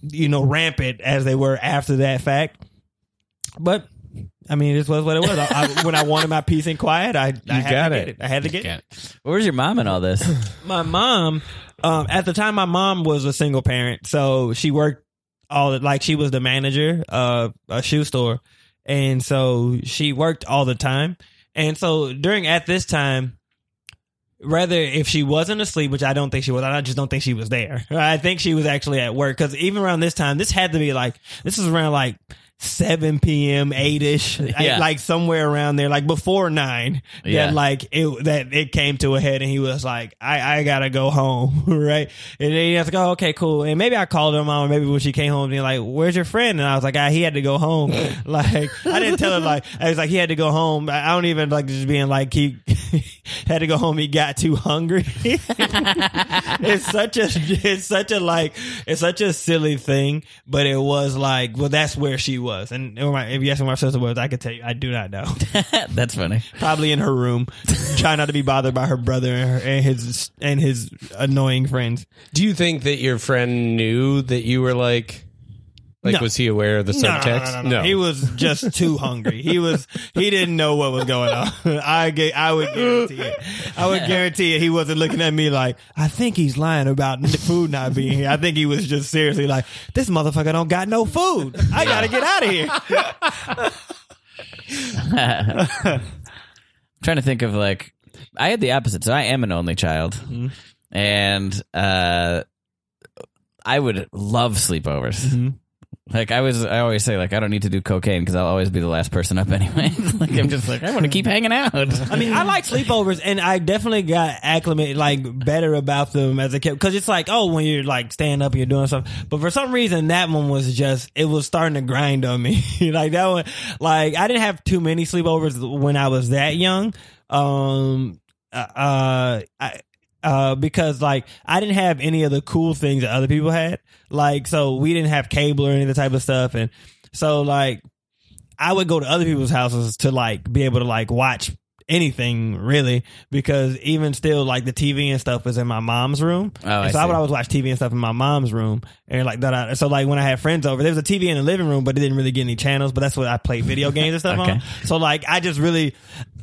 you know, rampant as they were after that fact. But I mean, this was what it was. I, I, when I wanted my peace and quiet, I, I had got to it. get it. I had to get it. Where's your mom in all (laughs) this? My mom, um, at the time, my mom was a single parent, so she worked all like she was the manager of a shoe store, and so she worked all the time. And so during at this time, rather if she wasn't asleep, which I don't think she was, I just don't think she was there. (laughs) I think she was actually at work because even around this time, this had to be like this is around like. 7 p.m. 8 ish, Yeah. like somewhere around there, like before nine. Yeah. That like it that it came to a head, and he was like, "I I gotta go home," (laughs) right? And then he was like, "Oh, okay, cool." And maybe I called her mom, or maybe when she came home, being like, "Where's your friend?" And I was like, "Ah, he had to go home." (laughs) like I didn't tell her like I was like he had to go home. I I don't even like just being like he (laughs) had to go home. He got too hungry. (laughs) it's such a it's such a like it's such a silly thing, but it was like well that's where she was, and if my- if you ask me where my sister was, I could tell you I do not know. That's (laughs) funny. Probably in her room, trying not to be bothered by her brother and, her, and his and his annoying friends. Do you think that your friend knew that you were like, like, No. was he aware of the No, no, no, subtext? no, no, no. he was just too hungry. He was he didn't know what was going on. (laughs) I ga- I would guarantee it. I would guarantee it. He wasn't looking at me like I think he's lying about the food not being here. I think he was just seriously like this motherfucker don't got no food. I gotta get out of here. trying to think of like I had the opposite. So I am an only child, Mm-hmm. and uh, I would love sleepovers. Mm-hmm. Like I was, I always say like I don't need to do cocaine because I'll always be the last person up (laughs) anyway. like I'm just like I want to keep hanging out. (laughs) I mean, I like sleepovers, and I definitely got acclimated, like better about them as I kept. Because it's like, oh, when you're like standing up and you're doing something, but for some reason that one was just it was starting to grind on me. (laughs) like that one, like I didn't have too many sleepovers when I was that young. Um, uh, I, uh, because like I didn't have any of the cool things that other people had. Like, so we didn't have cable or any of the type of stuff, and so like I would go to other people's houses to like be able to like watch anything really because even still like the TV and stuff was in my mom's room. Oh, I and so I see. would always watch TV and stuff in my mom's room and like that. I, so like when I had friends over, there was a TV in the living room, but it didn't really get any channels. But that's what I played (laughs) video games and stuff on. Okay. So like I just really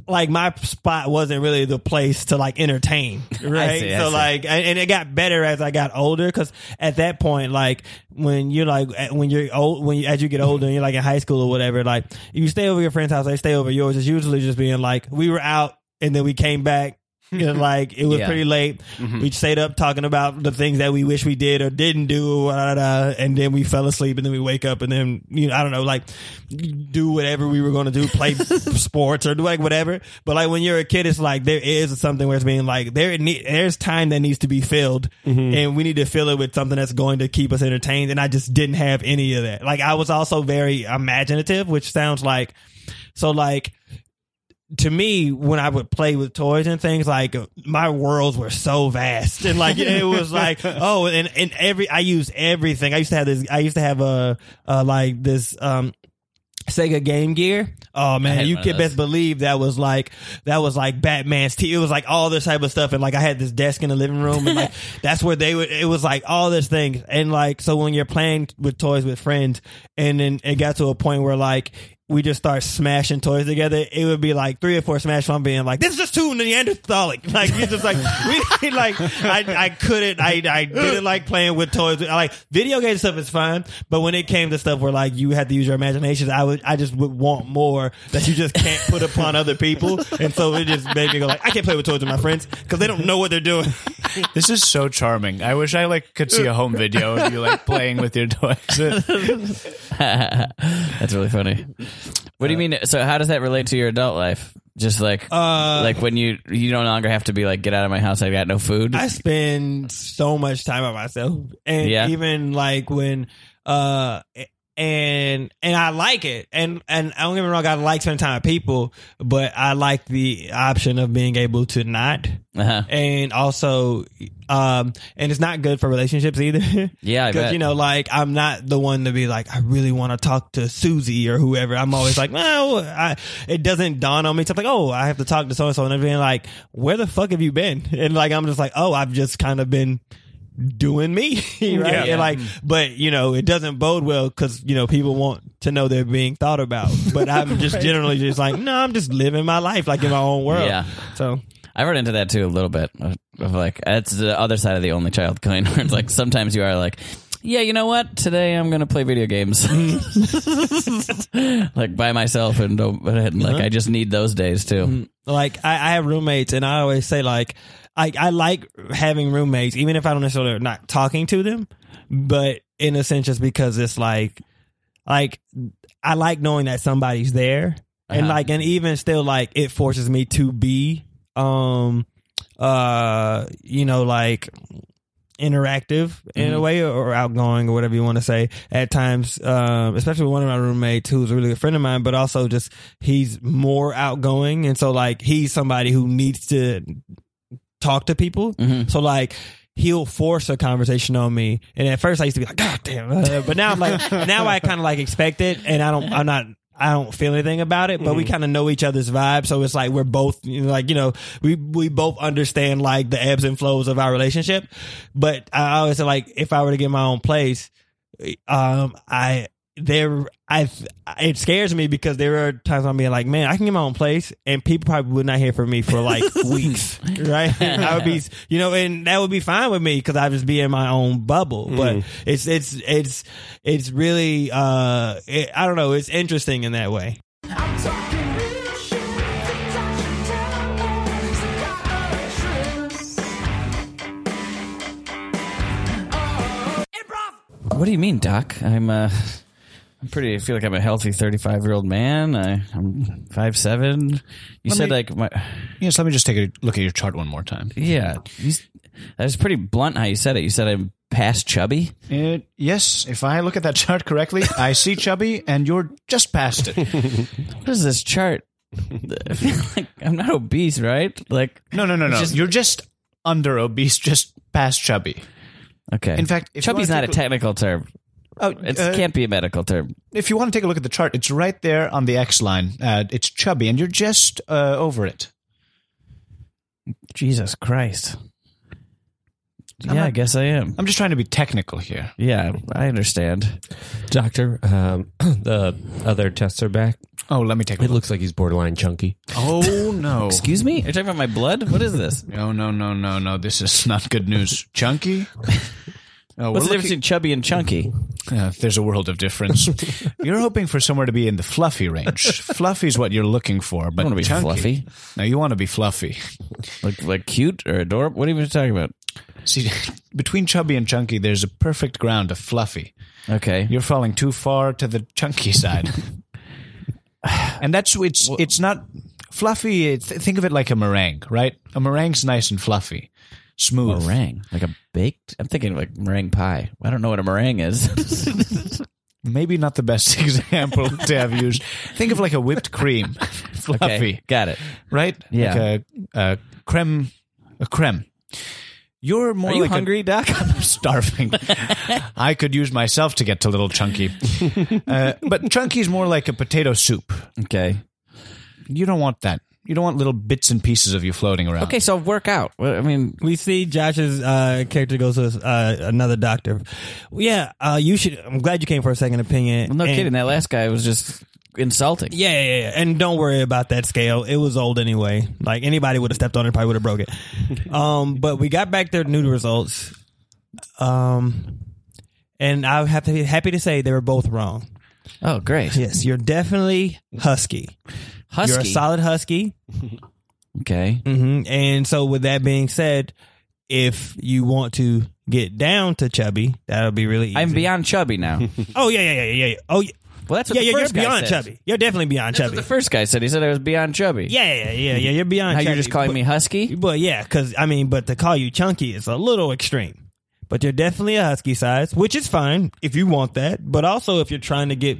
like my spot wasn't really the place to (laughs) like entertain, right? see, I so see. like like and and it got better as I got older because at that point like when you're like at- when you're old when you, as you get older and you're like in high school or whatever like you stay over your friend's house they stay over yours it's usually just being like we were out and then we came back (laughs) and like it was Yeah. pretty late we stayed up talking about the things that we wish we did or didn't do da, da, da, and then we fell asleep and then we wake up and then you know I don't know like do whatever we were going to do play sports or do like whatever but like when you're a kid it's like there is something where it's being like there ne- there's time that needs to be filled and we need to fill it with something that's going to keep us entertained and I just didn't have any of that like I was also very imaginative which sounds like so like to me, when I would play with toys and things, like my worlds were so vast, and like it was like oh, and and every I used everything. I used to have this. I used to have a, a like this um Sega Game Gear. Oh man, you one of can those. best believe that was like that was like Batman's TV. It was like all this type of stuff, and like I had this desk in the living room, and (laughs) like that's where they would. It was like all this things, and like so when you're playing with toys with friends, and then it got to a point where like. We just start smashing toys together. It would be like three or four smash. I'm being like, "This is just too Neanderthalic." (laughs) Like you just like we like I, I couldn't. I I didn't like playing with toys. I like video game stuff is fine, but when it came to stuff where like you had to use your imagination, I would I just would want more that you just can't put upon other people, and so it just made me go like I can't play with toys with my friends because they don't know what they're doing. This is so charming. I wish I like could see a home video of you like playing with (laughs) your toys. That's really funny. What do you mean? So how does that relate to your adult life? Just like Uh, like when you you no longer have to be like get out of my house. I got no food. I spend so much time by myself, and Yeah. even like when, uh, and and I like it, and and I don't get me wrong, I like spending time with people, but I like the option of being able to not, uh-huh. and also, um, and it's not good for relationships either. (laughs) Yeah, I Because bet. you know, like I'm not the one to be like, I really want to talk to Susie or whoever. I'm always (laughs) like, no, I, it doesn't dawn on me. So I'm like, oh, I have to talk to so and so, and I'm being like, where the fuck have you been? (laughs) And like, I'm just like, oh, I've just kind of been doing me, (laughs) right? And like, but you know, it doesn't bode well because you know people want to know they're being thought about. (laughs) But I'm just generally just like, no, I'm just living my life like in my own world. Yeah. So I run into that too a little bit of, of like it's the other side of the only child coin (laughs) where it's like sometimes you are like yeah you know what today I'm gonna play video games (laughs) like by myself and don't but I- like I just need those days too like I, I have roommates and I always say like I, I like having roommates even if I don't necessarily not talking to them but in a sense just because it's like like I like knowing that somebody's there and Uh-huh. like and even still like it forces me to be um uh you know like interactive in a way or outgoing or whatever you want to say at times um, especially with one of my roommates who's a really good friend of mine but also just he's more outgoing and so like he's somebody who needs to talk to people so like he'll force a conversation on me and at first i used to be like god damn (laughs) uh," but now i'm like now i kind of like expect it and i don't i'm not I don't feel anything about it, but we kind of know each other's vibe, so it's like we're both you know, like you know we we both understand like the ebbs and flows of our relationship. But I always say like if I were to get my own place, um, I there I it scares me because there are times I'm being like, man, I can get my own place, and people probably would not hear from me for like weeks, right? I would be, you know, and that would be fine with me because I just be in my own bubble. But it's it's it's it's really uh, it, I don't know, it's interesting in that way. I'm talking real shit. Think I should tell them it's the goddamn truth. Uh-huh. what do you mean doc I'm uh I'm pretty I feel like I'm a healthy 35 year old man I, I'm five seven you said me- like my Yes, let me just take a look at your chart one more time. yeah you, s- that was pretty blunt how you said it you said I'm past chubby It, yes, if I look at that chart correctly, I see chubby, and you're just past it. what is this chart (laughs) I feel like I'm not obese right like No, no, no, no. Just- you're just under obese, just past chubby. Okay. In fact, if you chubby's wanna not a take technical term. Oh, It uh, can't be a medical term. if you want to take a look at the chart, it's right there on the X line. Uh, it's chubby, and you're just uh, over it. Jesus Christ. yeah, not- I guess I am. I'm just trying to be technical here. yeah, I understand. Doctor, (clears throat) um, the other tests are back. Oh, let me take a It look. looks like he's borderline chunky. Oh (laughs) no! Excuse me? You're talking about my blood? What is (laughs) this? No, no, no, no, no. This is not good news. Chunky? (laughs) Oh, What's the we're difference between chubby and chunky? looking- uh, there's a world (laughs) of difference. you're hoping for somewhere to be in the fluffy range. fluffy is what you're looking for, but wanna be chunky- fluffy. No, you want to be fluffy. Like like cute or adorable? What are you even talking about? See, (laughs) between chubby and chunky, there's a perfect ground of fluffy. Okay. You're falling too far to the chunky (laughs) side, and that's it's it's not fluffy. It, th- think of it like a meringue, right? A meringue's nice and fluffy, smooth. meringue. Like a baked I'm thinking like meringue pie. I don't know what a meringue is. (laughs) maybe not the best (laughs) example to have used. Think of like a whipped cream, (laughs) fluffy, okay. Got it. right? Yeah. like a, a creme, a creme. You're more Are you like hungry, Doc? A, (laughs) (laughs) I'm starving. I could use myself to get to little chunky, uh, but chunky's more like a potato soup. Okay. You don't want that. You don't want little bits and pieces of you floating around. Okay, so work out. What- I mean We see Josh's uh, character goes to uh, another doctor. Well, yeah, uh, you should. I'm glad you came for a second opinion. no And- kidding, that last guy was just insulting. Yeah, yeah, yeah. And don't worry about that scale. It was old anyway. Like anybody would have stepped on it, probably would have broke (laughs) it. um, but we got back their new results. Um, and I have to be happy to say they were both wrong. Oh great. Yes, you're definitely husky. Husky. Mm-hmm. You're a solid husky. okay. hmm And so, with that being said, if you want to get down to chubby, that'll be really easy. I'm beyond chubby now. Oh yeah, yeah, yeah, yeah. yeah. Oh, yeah. Well, that's what yeah, the yeah, you're first guy beyond said. chubby. You're definitely beyond That's what chubby. the first guy said. He said I was beyond chubby. yeah, yeah, yeah, yeah. You're beyond. How chubby. you're just calling But- me husky? But yeah, because I mean, but to call you chunky is a little extreme. But you're definitely a husky size, which is fine if you want that. But also, if you're trying to get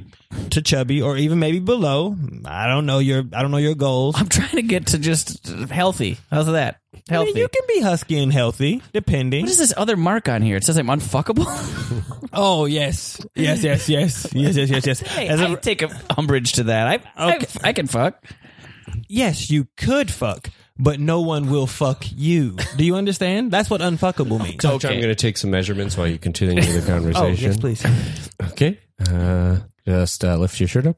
to chubby or even maybe below, I don't know your I don't know your goals. I'm trying to get to just healthy. How's that? I Healthy. mean, you can be husky and healthy, depending. what is this other mark on here? It says I'm unfuckable. oh yes, yes, yes, yes, (laughs) yes, yes, yes, yes. hey, As a- I take a umbrage to that. I, Okay. I I can fuck. yes, you could fuck, but no one will fuck you. Do you understand? That's what unfuckable means. Coach, I'm going to take some measurements while you continue (laughs) the Oh conversation. yes, please. Okay. Uh, just uh, lift your shirt up.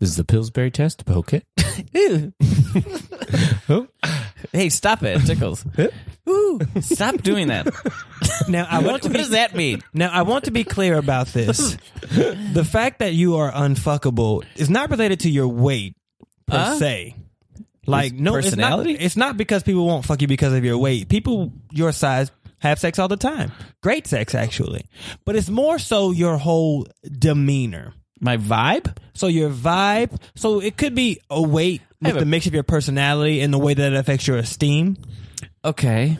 This is the Pillsbury test. Poke it. Hey, stop it. It (laughs) tickles. Ooh, stop doing that. Now I want What, to what be does that mean? Now, I want to be clear about (laughs) this. the fact that you are unfuckable is not related to your weight per Huh? se. Like no personality? It's not, it's not because people won't fuck you because of your weight. People your size have sex all the time. Great sex actually. But it's more so your whole demeanor. My vibe? So your vibe, so it could be a weight with have a- the mix of your personality and the way that it affects your esteem. Okay.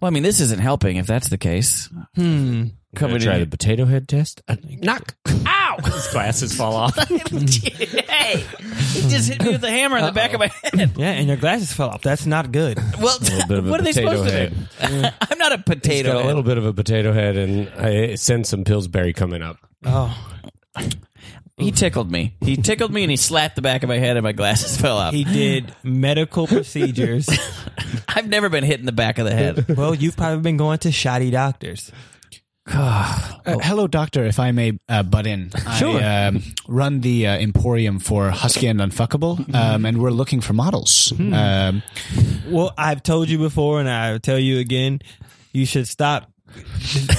Well, I mean, this isn't helping if that's the case. Hmm. (laughs) Coming Try the in. potato head test. Uh, knock. Ow! His glasses fall off. (laughs) hey, he just hit me with a hammer in the back of my head. (laughs) Yeah, and your glasses fell off. That's not good. Well, bit of a what are they potato supposed to do? I'm not a potato. got a head. little bit of a potato head, and I send some Pillsbury coming up. Oh. He tickled me. He tickled me, and he slapped the back of my head, and my glasses (laughs) fell off. He did medical procedures. I've never been hit in the back of the (laughs) head. well, you've probably been going to shoddy doctors. Uh, hello, doctor. If I may uh, butt in, Sure. I um, run the uh, emporium for Husky and Mm-hmm. Unfuckable, um, and we're looking for models. Hmm. Um, Well, I've told you before, and I'll tell you again. You should stop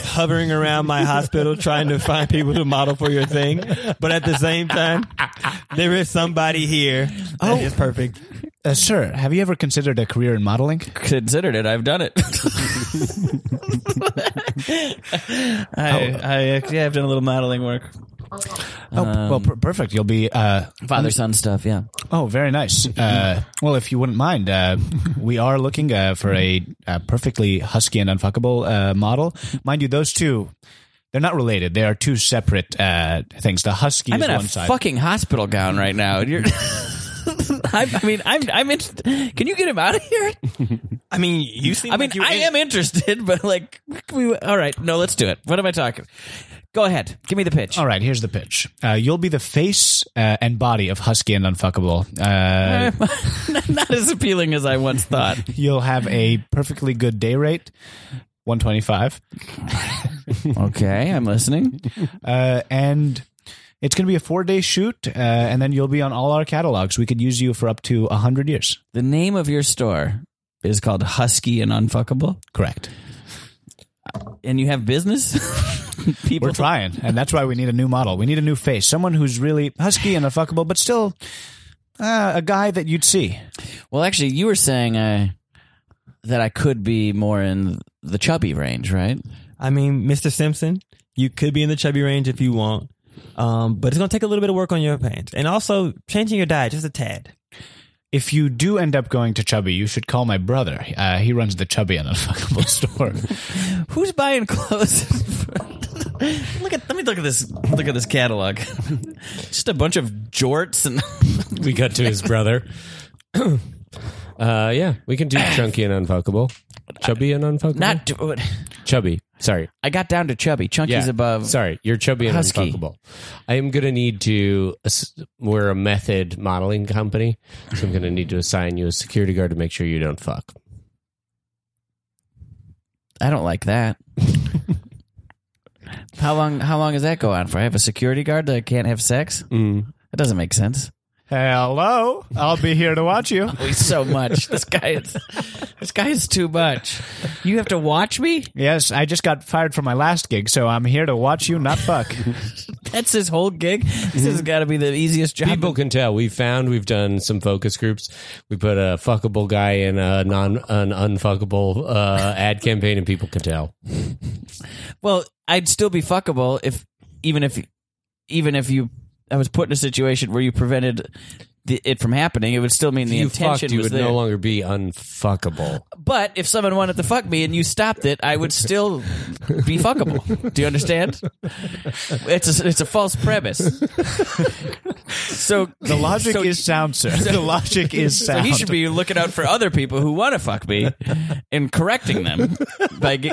hovering around my hospital trying to find people to model for your thing. But at the same time, there is somebody here that oh. is perfect. uh, sir, have you ever considered a career in modeling? Considered it. I've done (laughs) it. (laughs) I, I, uh, yeah, I've done a little modeling work. Oh, well, per- perfect. You'll be. Uh, Uh, Father son stuff, yeah. oh, very nice. Uh, well, if you wouldn't mind, uh, we are looking uh, for a, uh perfectly husky and unfuckable uh, model. Mind you, those two. They're not related. They are two separate uh, things. The husky I'm is in a one side. fucking hospital gown right (laughs) now. and You're. I'm, I mean, I'm. I'm. In, can you get him out of here? I mean, you seem. I mean, like you I am interested, (laughs) but like, we, all right, no, let's do it. What am I talking? Go ahead, give me the pitch. All right, here's the pitch. Uh, you'll be the face uh, and body of Husky and Unfuckable. Uh, (laughs) Not as appealing as I once thought. You'll have a perfectly good day rate, 125. Okay, I'm listening. Uh, and it's going to be a four day shoot, uh, and then you'll be on all our catalogs. We could use you for up to 100 years. The name of your store is called Husky and Unfuckable, Correct. and you have business (laughs) people. We're trying, and that's why we need a new model. We need a new face, someone who's really husky and unfuckable, but still uh, a guy that you'd see. well, actually, you were saying uh, that I could be more in the chubby range, right? I mean, Mr. Simpson, you could be in the chubby range if you want, um, but it's going to take a little bit of work on your pants and also changing your diet just a tad. If you do end up going to Chubby, you should call my brother. Uh, he runs the Chubby and Unfuckable (laughs) store. Who's buying clothes? look at let me look at this look at this catalog. (laughs) Just a bunch of jorts and (laughs) We got to his brother. (coughs) uh, yeah, we (coughs) can do chunky and unfuckable, chubby and unfuckable. not do it. chubby. Sorry, I got down to chubby. Chunky's yeah. above. Sorry, you're chubby and Husky. unfuckable. I am gonna need to. ass- We're a method modeling company, so I'm gonna need to assign you a security guard to make sure you don't fuck. I don't like (laughs) that. how long how long does that go on for? I have a security guard that I can't have sex? That doesn't make sense. Hello, I'll be here to watch you. Wait, Oh, so (laughs) much. this guy is this guy is too much. You have to watch me? Yes, I just got fired from my last gig, so I'm here to watch you, not fuck. That's his whole gig. This has got to be the easiest job. People can tell. We found we've done some focus groups. We put a fuckable guy in a non an unfuckable uh, ad campaign, and people can tell. Well, I'd still be fuckable if even if even if you, I was put in a situation where you prevented the, it from happening, it would still mean the you intention fucked, you was would there. no longer be unfuckable. But if someone wanted to fuck me and you stopped it, I would still be fuckable. Do you understand? It's a, it's a false premise. So The logic so- is sound, sir. The logic is So sound. he should be looking out for other people who want to fuck me and correcting them by gi-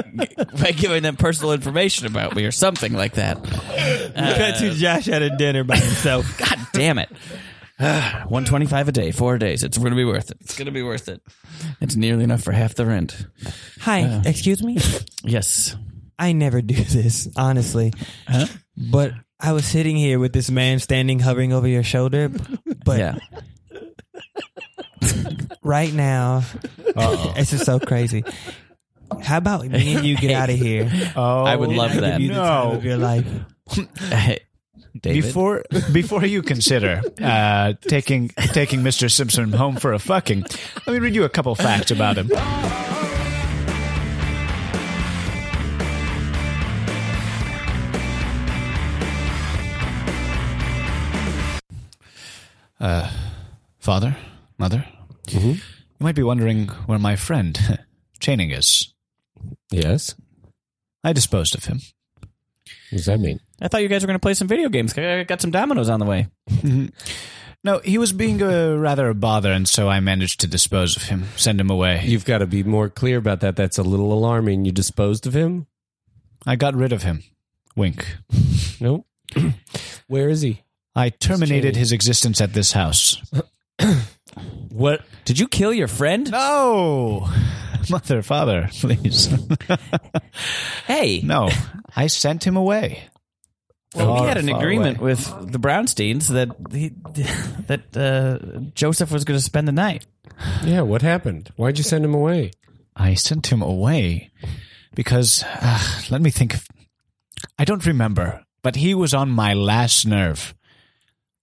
by giving them personal information about me or something like that. Cut to Josh at a dinner by himself. God damn it. (sighs) One twenty five a day, four days. It's gonna be worth it. It's gonna be worth it. It's nearly enough for half the rent. Hi, Uh. excuse me. Yes. I never do this, honestly. But I was sitting here with this man standing, hovering over your shoulder. But Yeah. right now, this is so crazy. How about me and you get out of here? Oh, I would love I that. Give you the time of your life. (laughs) Hey, David. Before before you consider uh, taking taking Mr. Simpson home for a fucking, let me read you a couple facts about him. Uh, father, mother, you might be wondering where my friend Channing is. Yes. I disposed of him. What does that mean? I thought you guys were going to play some video games. I got some dominoes on the way. No, he was being a, rather a bother, and so I managed to dispose of him, send him away. You've got to be more clear about that. That's a little alarming. You disposed of him? I got rid of him. Wink. Nope. (clears throat) Where is he? I terminated his existence at this house. What? Did you kill your friend? No! (laughs) Mother, father, please. (laughs) Hey. no, I sent him away. Well, we Far, had an far agreement away. with the Brownsteins that he, (laughs) that uh, Joseph was going to spend the night. Yeah, what happened? Why'd you send him away? I sent him away because, ah, let me think. Of, I don't remember, but he was on my last nerve.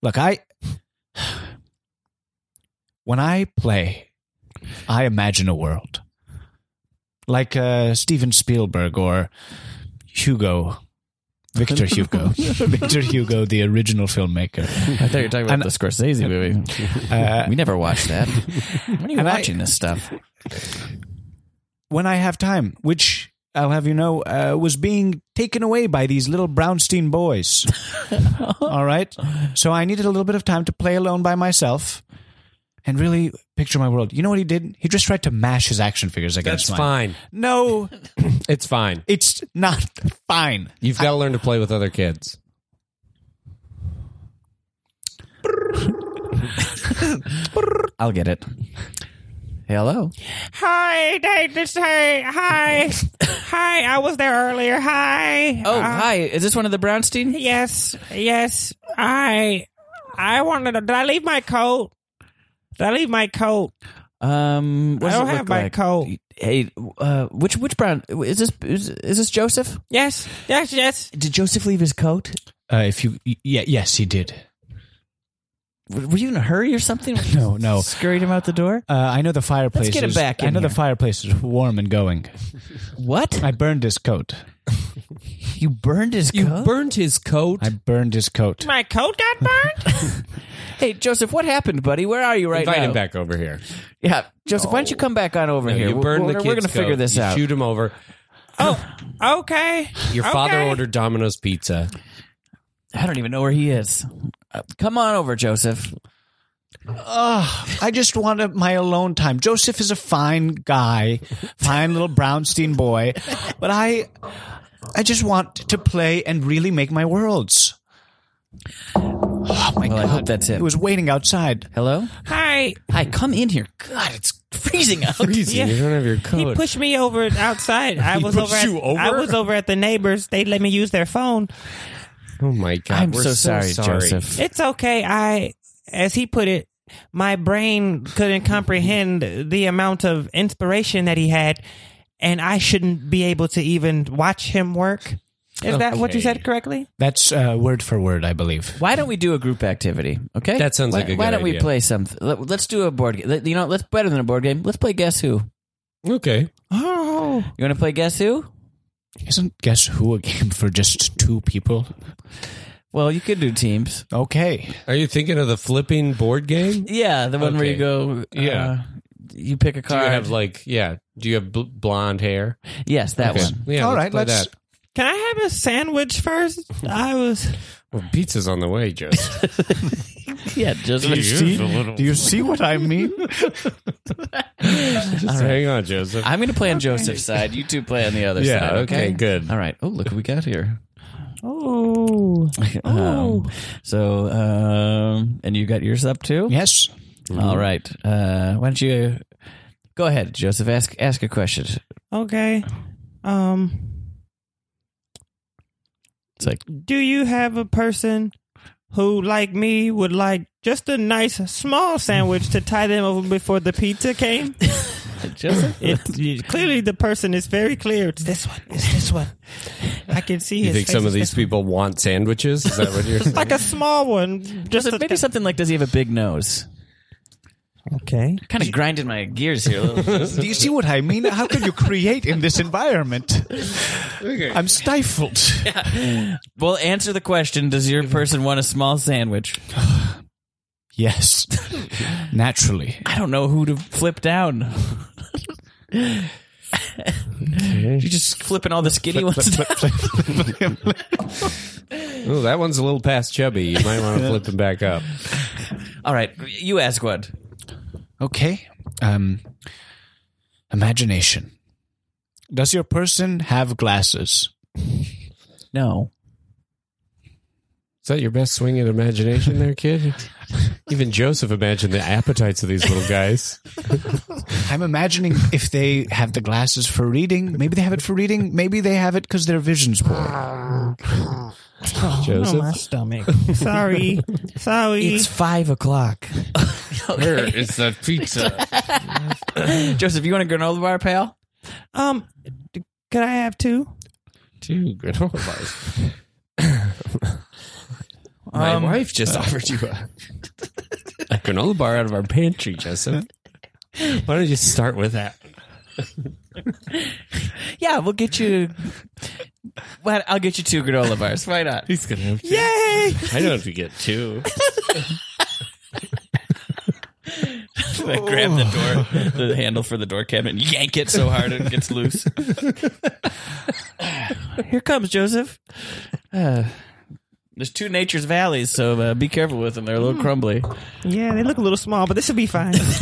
Look, I. When I play, I imagine a world. Like uh, Steven Spielberg or Hugo. Victor Hugo. Victor Hugo, the original filmmaker. I thought you were talking about the Scorsese (laughs) movie. we never watched (laughs) that. when are you Uh, and I- watching this stuff? when I have time, which I'll have you know uh, was being taken away by these little Brownstein boys. (laughs) All right. So I needed a little bit of time to play alone by myself and really picture my world. You know what he did? He just tried to mash his action figures against That's mine. fine. No, It's fine. it's not fine. You've got to learn to play with other kids. I'll get it. Hello. Hi, Dave. This hey, hi, hi. I was there earlier. Hi. Oh, hi. Is this one of the Brownstein? Yes, yes. I, I wanted to. Did I leave my coat? Did I leave my coat? Um, what does I don't it look have my like? coat. Hey, uh, which which Brown is this? Is, is this Joseph? Yes, yes, yes. Did Joseph leave his coat? Uh, if you, y- yeah, yes, he did. W- Were you in a hurry or something? (laughs) No, no. Scurried him out the door. Uh, I know the fireplace. Let's get him is, back I in know the here. fireplace is warm and going. What? I burned his coat. You burned his coat. burned his coat. I burned his coat. My coat got burned. hey, Joseph, what happened, buddy? Where are you right Invite now? him back over here. Yeah, Joseph, why don't you come back on over here? You burn we're, the kid's we're gonna coat. figure this You out. Shoot him over. okay. Your father Okay. ordered (laughs) Domino's pizza. I don't even know where he is. Uh, come on over, Joseph. I just wanted my alone time. Joseph is a fine guy, fine little brownstein boy, but I, I just want to play and really make my worlds. Oh my Well, I god! hope that's He him. was waiting outside. Hello. Hi. Hi, come in here. God, it's freezing out. Freezing. You don't have your coat. He pushed me over (laughs) outside. I was over, pushed at, you over? I was over at the neighbors. They let me use their phone. oh my god! I'm We're so, sorry, Joseph. It's okay. I, as he put it, my brain couldn't comprehend the amount of inspiration that he had, and I shouldn't be able to even watch him work. Is that what you said correctly? That's uh, word for word, I believe. Why don't we do a group activity? Okay, That sounds why, like a Why good don't we idea. play something? Let, let's do a board game. You know, let's better than a board game. Let's play Guess Who. You Okay. Oh, want to play Guess Who? Isn't guess who a game for just two people? Well, you could do teams. Okay. Are you thinking of the flipping board game? Yeah, the one where you go. Okay. Yeah. uh, you pick a Do you card. have like yeah? Do you have bl- blonde hair? yes, that Okay. one. Yeah. All let's right, play let's- that. Can I have a sandwich first? I was. Well, pizza's on the (laughs) way, Joseph. Yeah, just (laughs) Do you see what I mean? Just hang on, (laughs) Joseph. I'm going to play on Joseph's side. You two play on the other yeah. side. okay. Good. All right. Oh, look what we got here. Oh, (laughs) Um, so, um, and you got yours up too. yes. All right. Uh, why don't you go ahead, Joseph? Ask ask a question. okay. Um, It's like do you have a person who, like me, would like just a nice small sandwich to tie them over before the pizza came? (laughs) Joseph. It, you- clearly, the person is very clear. It's this one. It's this one. I can see. You his think face some of is these this one. people want sandwiches? Is that what you're saying? like a small one, just a, Joseph, maybe something like, does he have a big nose? okay. Kind of grinding my gears here. a little. Do you see what I mean? How could you create in this environment? I'm stifled. (laughs) well, answer the question. Does your person want a small sandwich? Yes. Naturally. I don't know who to flip down. (laughs) You're just flipping all the skinny ones. Oh, that one's a little past chubby. You might want to flip them back up. All right, you ask one. Okay. Um, imagination. Does your person have glasses? No. Is that your best swing at imagination there, kid? (laughs) Even Joseph imagined the appetites of these little guys. I'm imagining if they have the glasses for reading. Maybe they have it for reading. Maybe they have it because their vision's (laughs) poor. Joseph. Oh, My stomach. Sorry. Sorry. five o'clock. Here is the pizza. (laughs) Joseph, you want a granola bar, pal? um, d- could I have two? Two granola (coughs) bars. My Um, wife just uh, offered you a, a granola bar out of our pantry, Joseph. Why don't you start with that? Yeah, we'll get you. Well, I'll get you two granola bars. Why (laughs) not? He's gonna have to. Yay! I don't have to get (laughs) two. I grab the door, the handle for the door cabinet, and yank it so hard it gets loose. Here comes Joseph. Uh, there's two nature's valleys, so uh, be careful with them. They're a little crumbly. Yeah, they look a little small, but this will be (laughs) fine. What's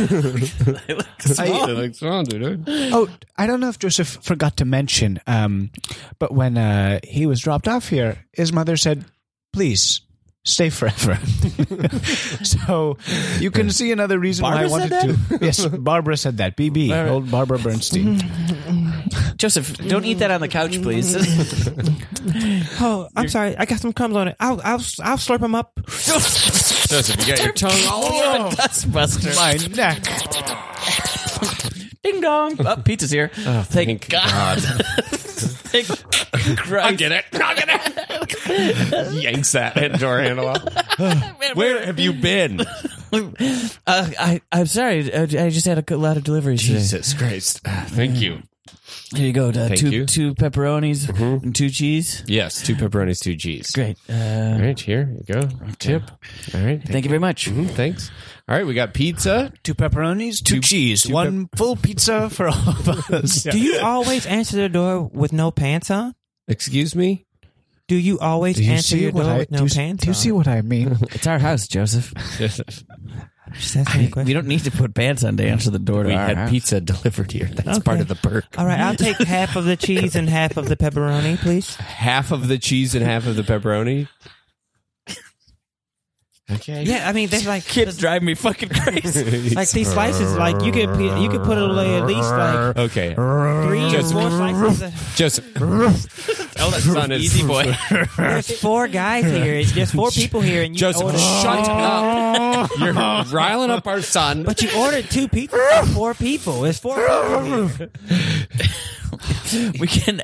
wrong, dude? Oh, I don't know if Joseph forgot to mention, um, but when uh, he was dropped off here, his mother said, please stay forever. (laughs) so you can see another reason Barbara why I said wanted to. Yes, Barbara said that. BB, old Barbara Bernstein. Joseph, don't eat that on the couch, (laughs) please. oh, I'm sorry. I got some crumbs on it. I'll I'll I'll slurp them up. Joseph, you got your tongue all (laughs) Oh, Dustbuster. My neck. Ding dong. Oh, pizza's here. thank, God. (laughs) Thank Christ. Get it? I'll get it. (laughs) Yanks that head door handle off. (laughs) Where have you been? Uh, I, I'm sorry. Uh, I, I just had a co- lot of deliveries today. (laughs) Jesus Christ. Ah, Thank you. Here you go. Uh, Thank two you. Mm-hmm. two pepperonis and two cheese. Yes, two pepperonis, two G's. Great. Uh, All right, here you go. Tip. All right. thank you very much. Mhm, thanks. All right, we got pizza. Two pepperonis, two, cheese, two one full pizza for all of us. Do you always answer the door with no pants on? Excuse me? (laughs) Do you always answer your door with do, no you- pants do you on? see what I mean? It's our house, Joseph. Just ask me a question. We don't need to put pants on to answer the door to we our had house. pizza delivered here. That's part of the perk. All right, I'll take half of the cheese and half of the pepperoni, please. Half of the cheese and half of the (laughs) pepperoni. Yeah, I mean, (laughs) there's like Kids drive me (laughs) fucking crazy. like these slices. Like you could pe- you could put it away at least like Okay. three or Just- four slices. Joseph. (laughs) Tell that son it's easy boy. There's four guys here. There's four people here, and (laughs) you Joseph, ordered. shut up. You're riling up our son. But you ordered two pizzas for four people. It's four. people here. we can.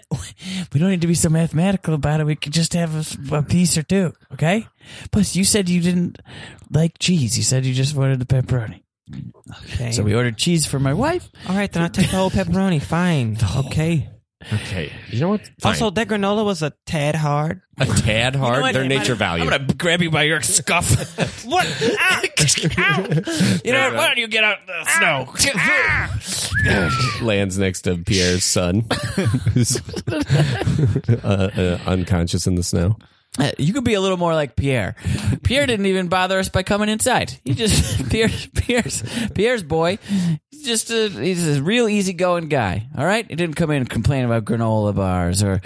We don't need to be so mathematical about it. We could just have a s- a, piece or two, okay? Plus, you said you didn't like cheese. You said you just wanted the pepperoni. Okay. So we ordered cheese for my wife. All right, then I'll take the whole pepperoni. Fine. Okay. Okay. You know what? Fine. Also, that granola was a tad hard. a tad hard. what? Their It might- nature value. I'm gonna b- grab you by your scuff. what? Ah! Ow! You know, what? why don't you get out the snow? Ah! (laughs) lands next to Pierre's son, (laughs) who's uh, uh, unconscious in the snow. Uh, You could be a little more like Pierre. Pierre didn't even bother us by coming inside. He just (laughs) Pierre's Pierre's Pierre's boy. He's just a, he's a real easygoing guy. All right, he didn't come in and complain about granola bars or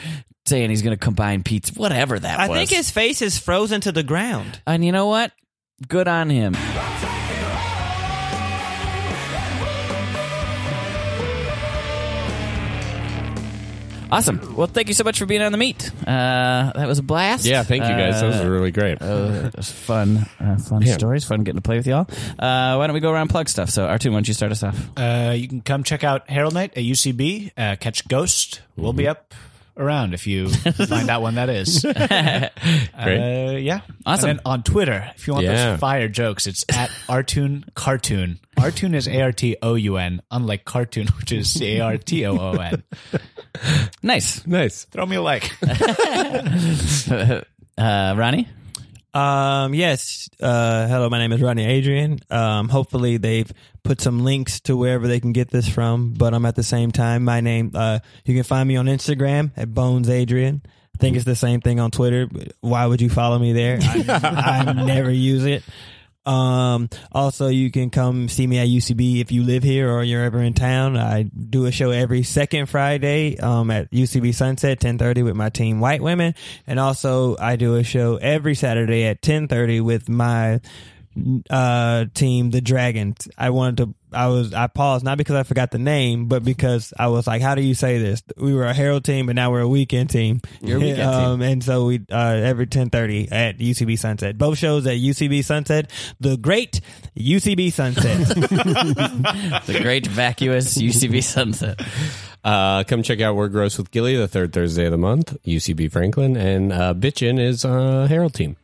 saying he's going to combine pizza, whatever that I was. think his face is frozen to the ground. and you know what? Good on him. Awesome. Well, thank you so much for being on the meet. Uh, that was a blast. Yeah, thank you guys. That was Uh, really great. uh, it was fun, uh, fun Yeah. stories, fun getting to play with y'all. Uh, why don't we go around and plug stuff? So, Artu, why don't you start us off? (laughs) Uh, you can come check out Herald Night at UCB. Uh, catch Ghost. We'll be up around if you find out when that is. (laughs) Great. Uh, yeah. Awesome. And then on Twitter, if you want Yeah. those fire jokes, it's at Artoon Cartoon. Artoon is A R T O U N, unlike cartoon, (laughs) which is C A R T O O N. Nice, (laughs) nice. Throw me a like. (laughs) uh, Ronnie. Um, yes. Uh, hello, my name is Rodney Adrian. Um, hopefully they've put some links to wherever they can get this from, but I'm at the same time, my name, uh, you can find me on Instagram at Bones Adrian. I think it's the same thing on Twitter. but Why would you follow me there? I, I never use it. Um, also you can come see me at UCB if you live here or you're ever in town. I do a show every second Friday, um, at UCB Sunset, 1030 with my team White Women. And also I do a show every Saturday at 1030 with my, uh, team, the Dragons. I wanted to, I was, I paused not because I forgot the name, but because I was like, how do you say this? We were a Herald team, but now we're a weekend team. You're a weekend (laughs) um, And so we, uh, every 1030 at UCB Sunset, both shows at UCB Sunset, the great UCB Sunset. (laughs) The great vacuous UCB sunset. Uh, come check out We're Gross with Gilly the third Thursday of the month, UCB Franklin, and uh, Bitchin is uh, Herald team.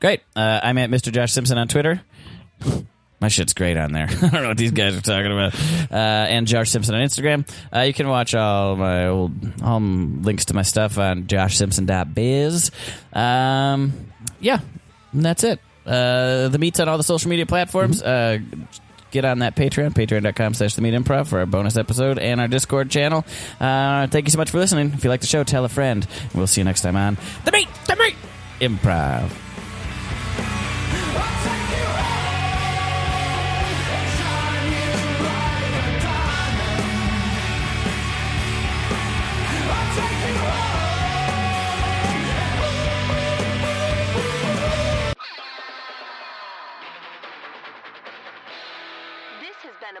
Great. Uh, I'm at Mr. Josh Simpson on Twitter. (laughs) My shit's great on there. (laughs) I don't know what these guys are talking about. Uh, and Josh Simpson on Instagram. Uh, you can watch all my old all m- links to my stuff on joshsimpson.biz. Um, yeah, and that's it. Uh, the meet's on all the social media platforms. Uh, get on that Patreon, patreon.com slash the meat improv for our bonus episode and our Discord channel. Uh, thank you so much for listening. If you like the show, tell a friend. We'll see you next time on The Meat, The Meat Improv. This has been a